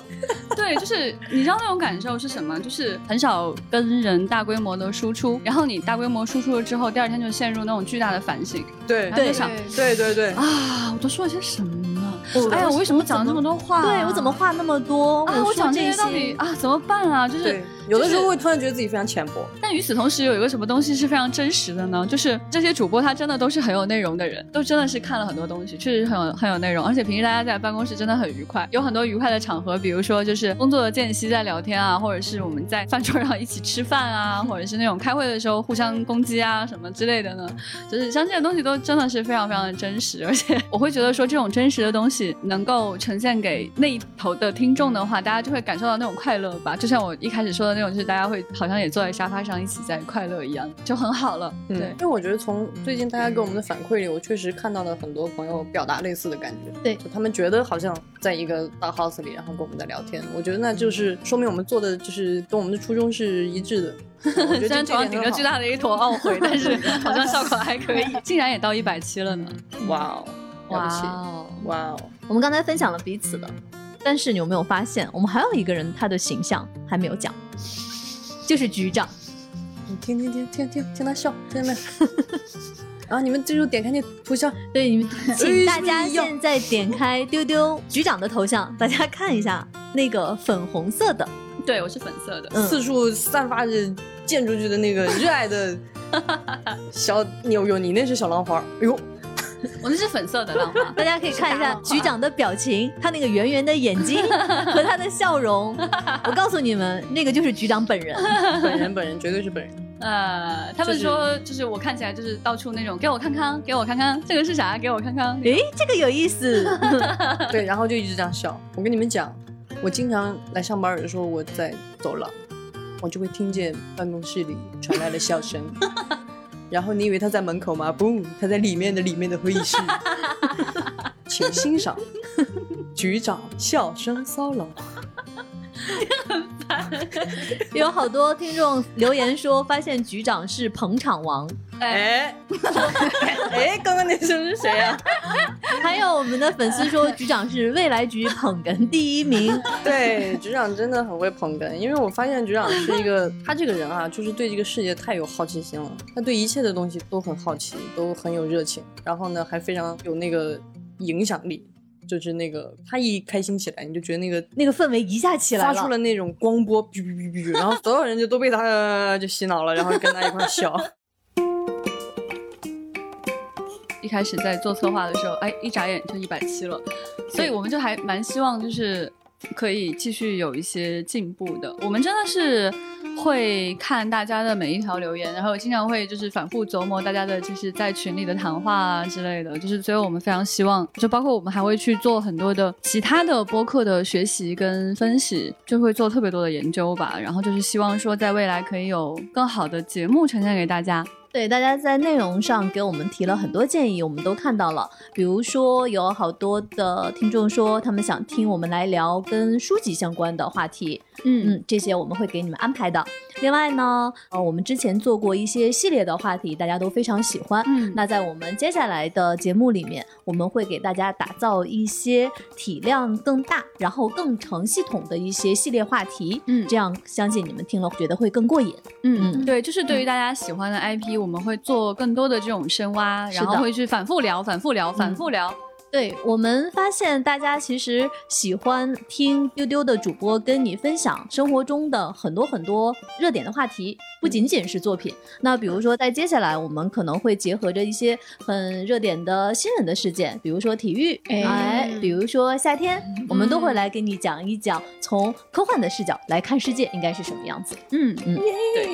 Speaker 4: 对，就是你知道那种感受是什么？就是很少跟人大规模的输出，然后你大规模输出了之后，第二天就陷入那种巨大的反省，
Speaker 12: 对
Speaker 4: 然后就
Speaker 1: 对
Speaker 4: 想
Speaker 12: 对对对，
Speaker 4: 啊，我都说了些什么呢？
Speaker 1: 我
Speaker 4: 哎呀，我为什么讲了这么多话啊？
Speaker 1: 哎对我怎么话那么多？
Speaker 4: 啊？我
Speaker 1: 我
Speaker 4: 讲
Speaker 1: 讲
Speaker 4: 这
Speaker 1: 这
Speaker 4: 些到底啊怎么办啊？就是
Speaker 12: 对，有的时
Speaker 4: 就
Speaker 12: 候
Speaker 4: 是
Speaker 12: 会突然觉得自己非常浅薄。
Speaker 4: 但与此同时，有一个什么东西是非常真实的呢？就是这些主播他真的都是很有内容的人，都真的是看了很多东西，确实很有很有内容。而且平时大家在办公室真的很愉快，有很多愉快的场合，比如说就是工作的间隙在聊天啊，或者是我们在饭桌上一起吃饭啊，或者是那种开会的时候互相攻击啊什么之类的呢。就是像这些东西都真的是非常非常的真实，而且我会觉得说这种真实的东西能够呈现给那一头的听众的话，大家就会感受到那种快乐吧。就像我一开始说的那种，就是大家会好像也坐在沙发上一起在快乐一样，就很好了。
Speaker 12: 嗯
Speaker 4: 对，
Speaker 12: 因为我觉得从最近大家给我们的反馈里，我确实看到了很多朋友表达类似的感觉。
Speaker 1: 对
Speaker 12: 就他们觉得好像在一个大 house 里，然后跟我们在聊天。我觉得那就是说明我们做的就是跟我们的初衷是一致的。我觉得
Speaker 4: 虽然
Speaker 12: 这
Speaker 4: 头上顶着巨大的一坨懊悔，但是好像效果还可以，竟然也到一百期了呢！
Speaker 12: 的，哇哦，了
Speaker 4: 哇
Speaker 12: 不起，
Speaker 4: 哦，
Speaker 12: 哇哦，
Speaker 1: 啊我们刚才分享了彼此的，但是你有没有发现，我们还有一个人他的形象还没有讲，就是局长。
Speaker 12: 你听听听听听听他笑，听见没有？然后你们这就点开那图像，
Speaker 1: 对，你们请大家
Speaker 12: 哎呀
Speaker 1: 现在点开丢丢局长的头像，大家看一下那个粉红色的，
Speaker 4: 对我是粉色的，
Speaker 1: 嗯
Speaker 12: 四处散发着建筑剧的那个热爱的
Speaker 5: 小牛呦，你那是小浪花儿，哎呦，
Speaker 4: 我那是粉色的 浪花。
Speaker 1: 大家可以看一下局长的表情，他那个圆圆的眼睛和他的笑容，我告诉你们，那个就是局长本人。
Speaker 5: 本人本人绝对是本人，
Speaker 4: 呃，他们说就是我看起来就是到处那种给我看看，给我看看，这个是啥？给我看看。
Speaker 1: 诶，这个有意思。
Speaker 5: 对，然后就一直这样笑。我跟你们讲，我经常来上班的时候，我在走廊，我就会听见办公室里传来了 笑声。然后你以为他在门口吗？不，他在里面的里面的会议室。请欣赏局长笑声骚扰。
Speaker 1: 有好多听众留言说，发现局长是捧场王。
Speaker 5: 哎，哎，刚刚那声是谁啊？
Speaker 1: 还有我们的粉丝说，局长是未来局捧哏第一名。
Speaker 5: 对，局长真的很会捧哏，因为我发现局长是一个，他这个人啊，就是对这个世界太有好奇心了，他对一切的东西都很好奇，都很有热情，然后呢，还非常有那个影响力，就是那个他一开心起来，你就觉得那个
Speaker 1: 那个氛围一下起来
Speaker 5: 发
Speaker 1: 了，
Speaker 5: 出了那种光波， 哔哔哔哔，然后所有人就都被他呃就洗脑了，然后跟他一块儿笑。
Speaker 4: 一开始在做策划的时候，哎，一眨眼就一百七了，所以我们就还蛮希望就是可以继续有一些进步的。我们真的是会看大家的每一条留言，然后经常会就是反复琢磨大家的就是在群里的谈话啊之类的，就是所以我们非常希望，就包括我们还会去做很多的其他的播客的学习跟分析，就会做特别多的研究吧。然后就是希望说在未来可以有更好的节目呈现给大家。
Speaker 1: 对，大家在内容上给我们提了很多建议，我们都看到了。比如说，有好多的听众说他们想听我们来聊跟书籍相关的话题，嗯，这些我们会给你们安排的。另外呢，呃，我们之前做过一些系列的话题，大家都非常喜欢。
Speaker 4: 嗯
Speaker 1: 那在我们接下来的节目里面，我们会给大家打造一些体量更大，然后更成系统的一些系列话题。
Speaker 4: 嗯
Speaker 1: 这样相信你们听了觉得会更过瘾。嗯
Speaker 4: 对，就是对于大家喜欢的 IP，我们会做更多的这种深挖，
Speaker 1: 是的
Speaker 4: 然后会去反复聊、反复聊、反复聊。
Speaker 1: 对我们发现，大家其实喜欢听丢丢的主播跟你分享生活中的很多很多热点的话题，不仅仅是作品。
Speaker 4: 嗯
Speaker 1: 那比如说，在接下来我们可能会结合着一些很热点的新人的事件，比如说体育，
Speaker 2: 哎
Speaker 1: 哎，比如说夏天，我们都会来给你讲一讲从科幻的视角来看世界应该是什么样子。
Speaker 4: 嗯
Speaker 1: 嗯
Speaker 4: 对。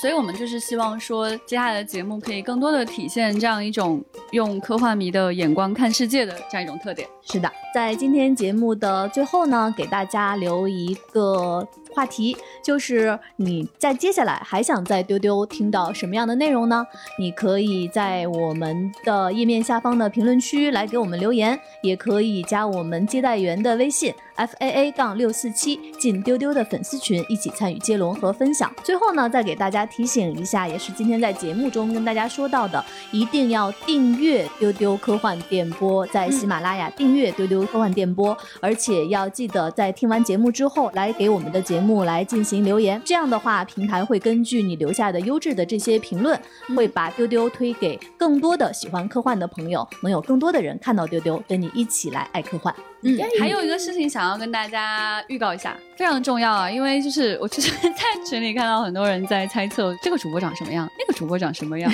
Speaker 4: 所以我们就是希望说，接下来的节目可以更多的体现这样一种用科幻迷的眼光看世界的这样一种特点。
Speaker 1: 是的，在今天节目的最后呢，给大家留一个话题，就是你在接下来还想在丢丢听到什么样的内容呢？你可以在我们的页面下方的评论区来给我们留言，也可以加我们接待员的微信 f a a 杠六四七进丢丢的粉丝群，一起参与接龙和分享。最后呢，再给大家提醒一下，也是今天在节目中跟大家说到的，一定要订阅丢丢科幻电波，在喜马拉雅订阅丢丢科幻电波，而且要记得在听完节目之后来给我们的节目来进行留言。这样的话，平台会根据你留下的优质的这些评论，会把丢丢推给更多的喜欢科幻的朋友，能有更多的人看到丢丢，跟你一起来爱科幻。
Speaker 4: 嗯，还有一个事情想要跟大家预告一下，非常重要啊，因为就是我就是在群里看到很多人在猜测这个主播长什么样，那个主播长什么样，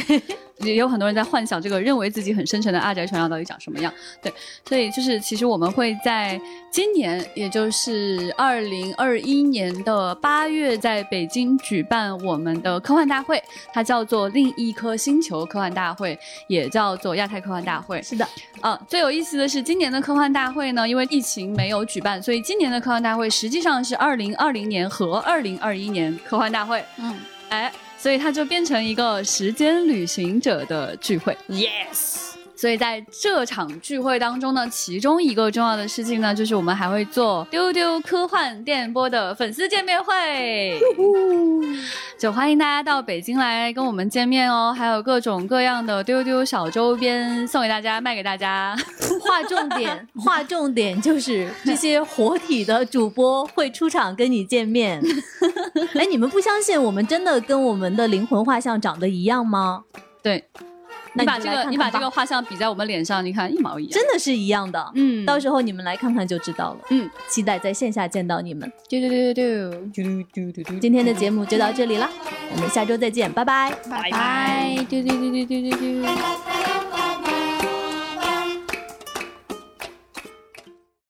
Speaker 4: 也有很多人在幻想这个认为自己很深沉的阿宅船长到底长什么样。对，所以就是其实我们会在今年，也就是二零二一年的八月，在北京举办我们的科幻大会，它叫做另一颗星球科幻大会，也叫做亚太科幻大会。
Speaker 1: 是的，
Speaker 4: 啊，最有意思的是，今年的科幻大会呢，因为疫情没有举办，所以今年的科幻大会实际上是二零二零年和二零二一年科幻大会。嗯，哎，所以它就变成一个时间旅行者的聚会。Yes。所以在这场聚会当中呢，其中一个重要的事情呢，就是我们还会做丢丢科幻电波的粉丝见面会。就欢迎大家到北京来跟我们见面哦，还有各种各样的丢丢小周边送给大家，卖给大家。
Speaker 1: 划重点， 划重点就是这些活体的主播会出场跟你见 面。哎，你们不相信我们真的跟我们的灵魂画像长得一样吗？
Speaker 4: 对，
Speaker 1: 那
Speaker 4: 你把
Speaker 1: 就
Speaker 4: 这
Speaker 1: 来
Speaker 4: 个
Speaker 1: 看
Speaker 4: 你
Speaker 1: 看
Speaker 4: 把这
Speaker 1: 吧
Speaker 4: 个画像比在我们脸上，你看一毛一样。
Speaker 1: 真的是一样的。
Speaker 4: 嗯，
Speaker 1: 到时候你们来看看就知道了。
Speaker 4: 嗯，
Speaker 1: 期待在线下见到你们。
Speaker 4: 丢丢丢丢丢。
Speaker 1: 今天的节目就到这里啦，我们下周再见，拜拜。
Speaker 4: 拜拜，丢丢丢丢丢丢丢。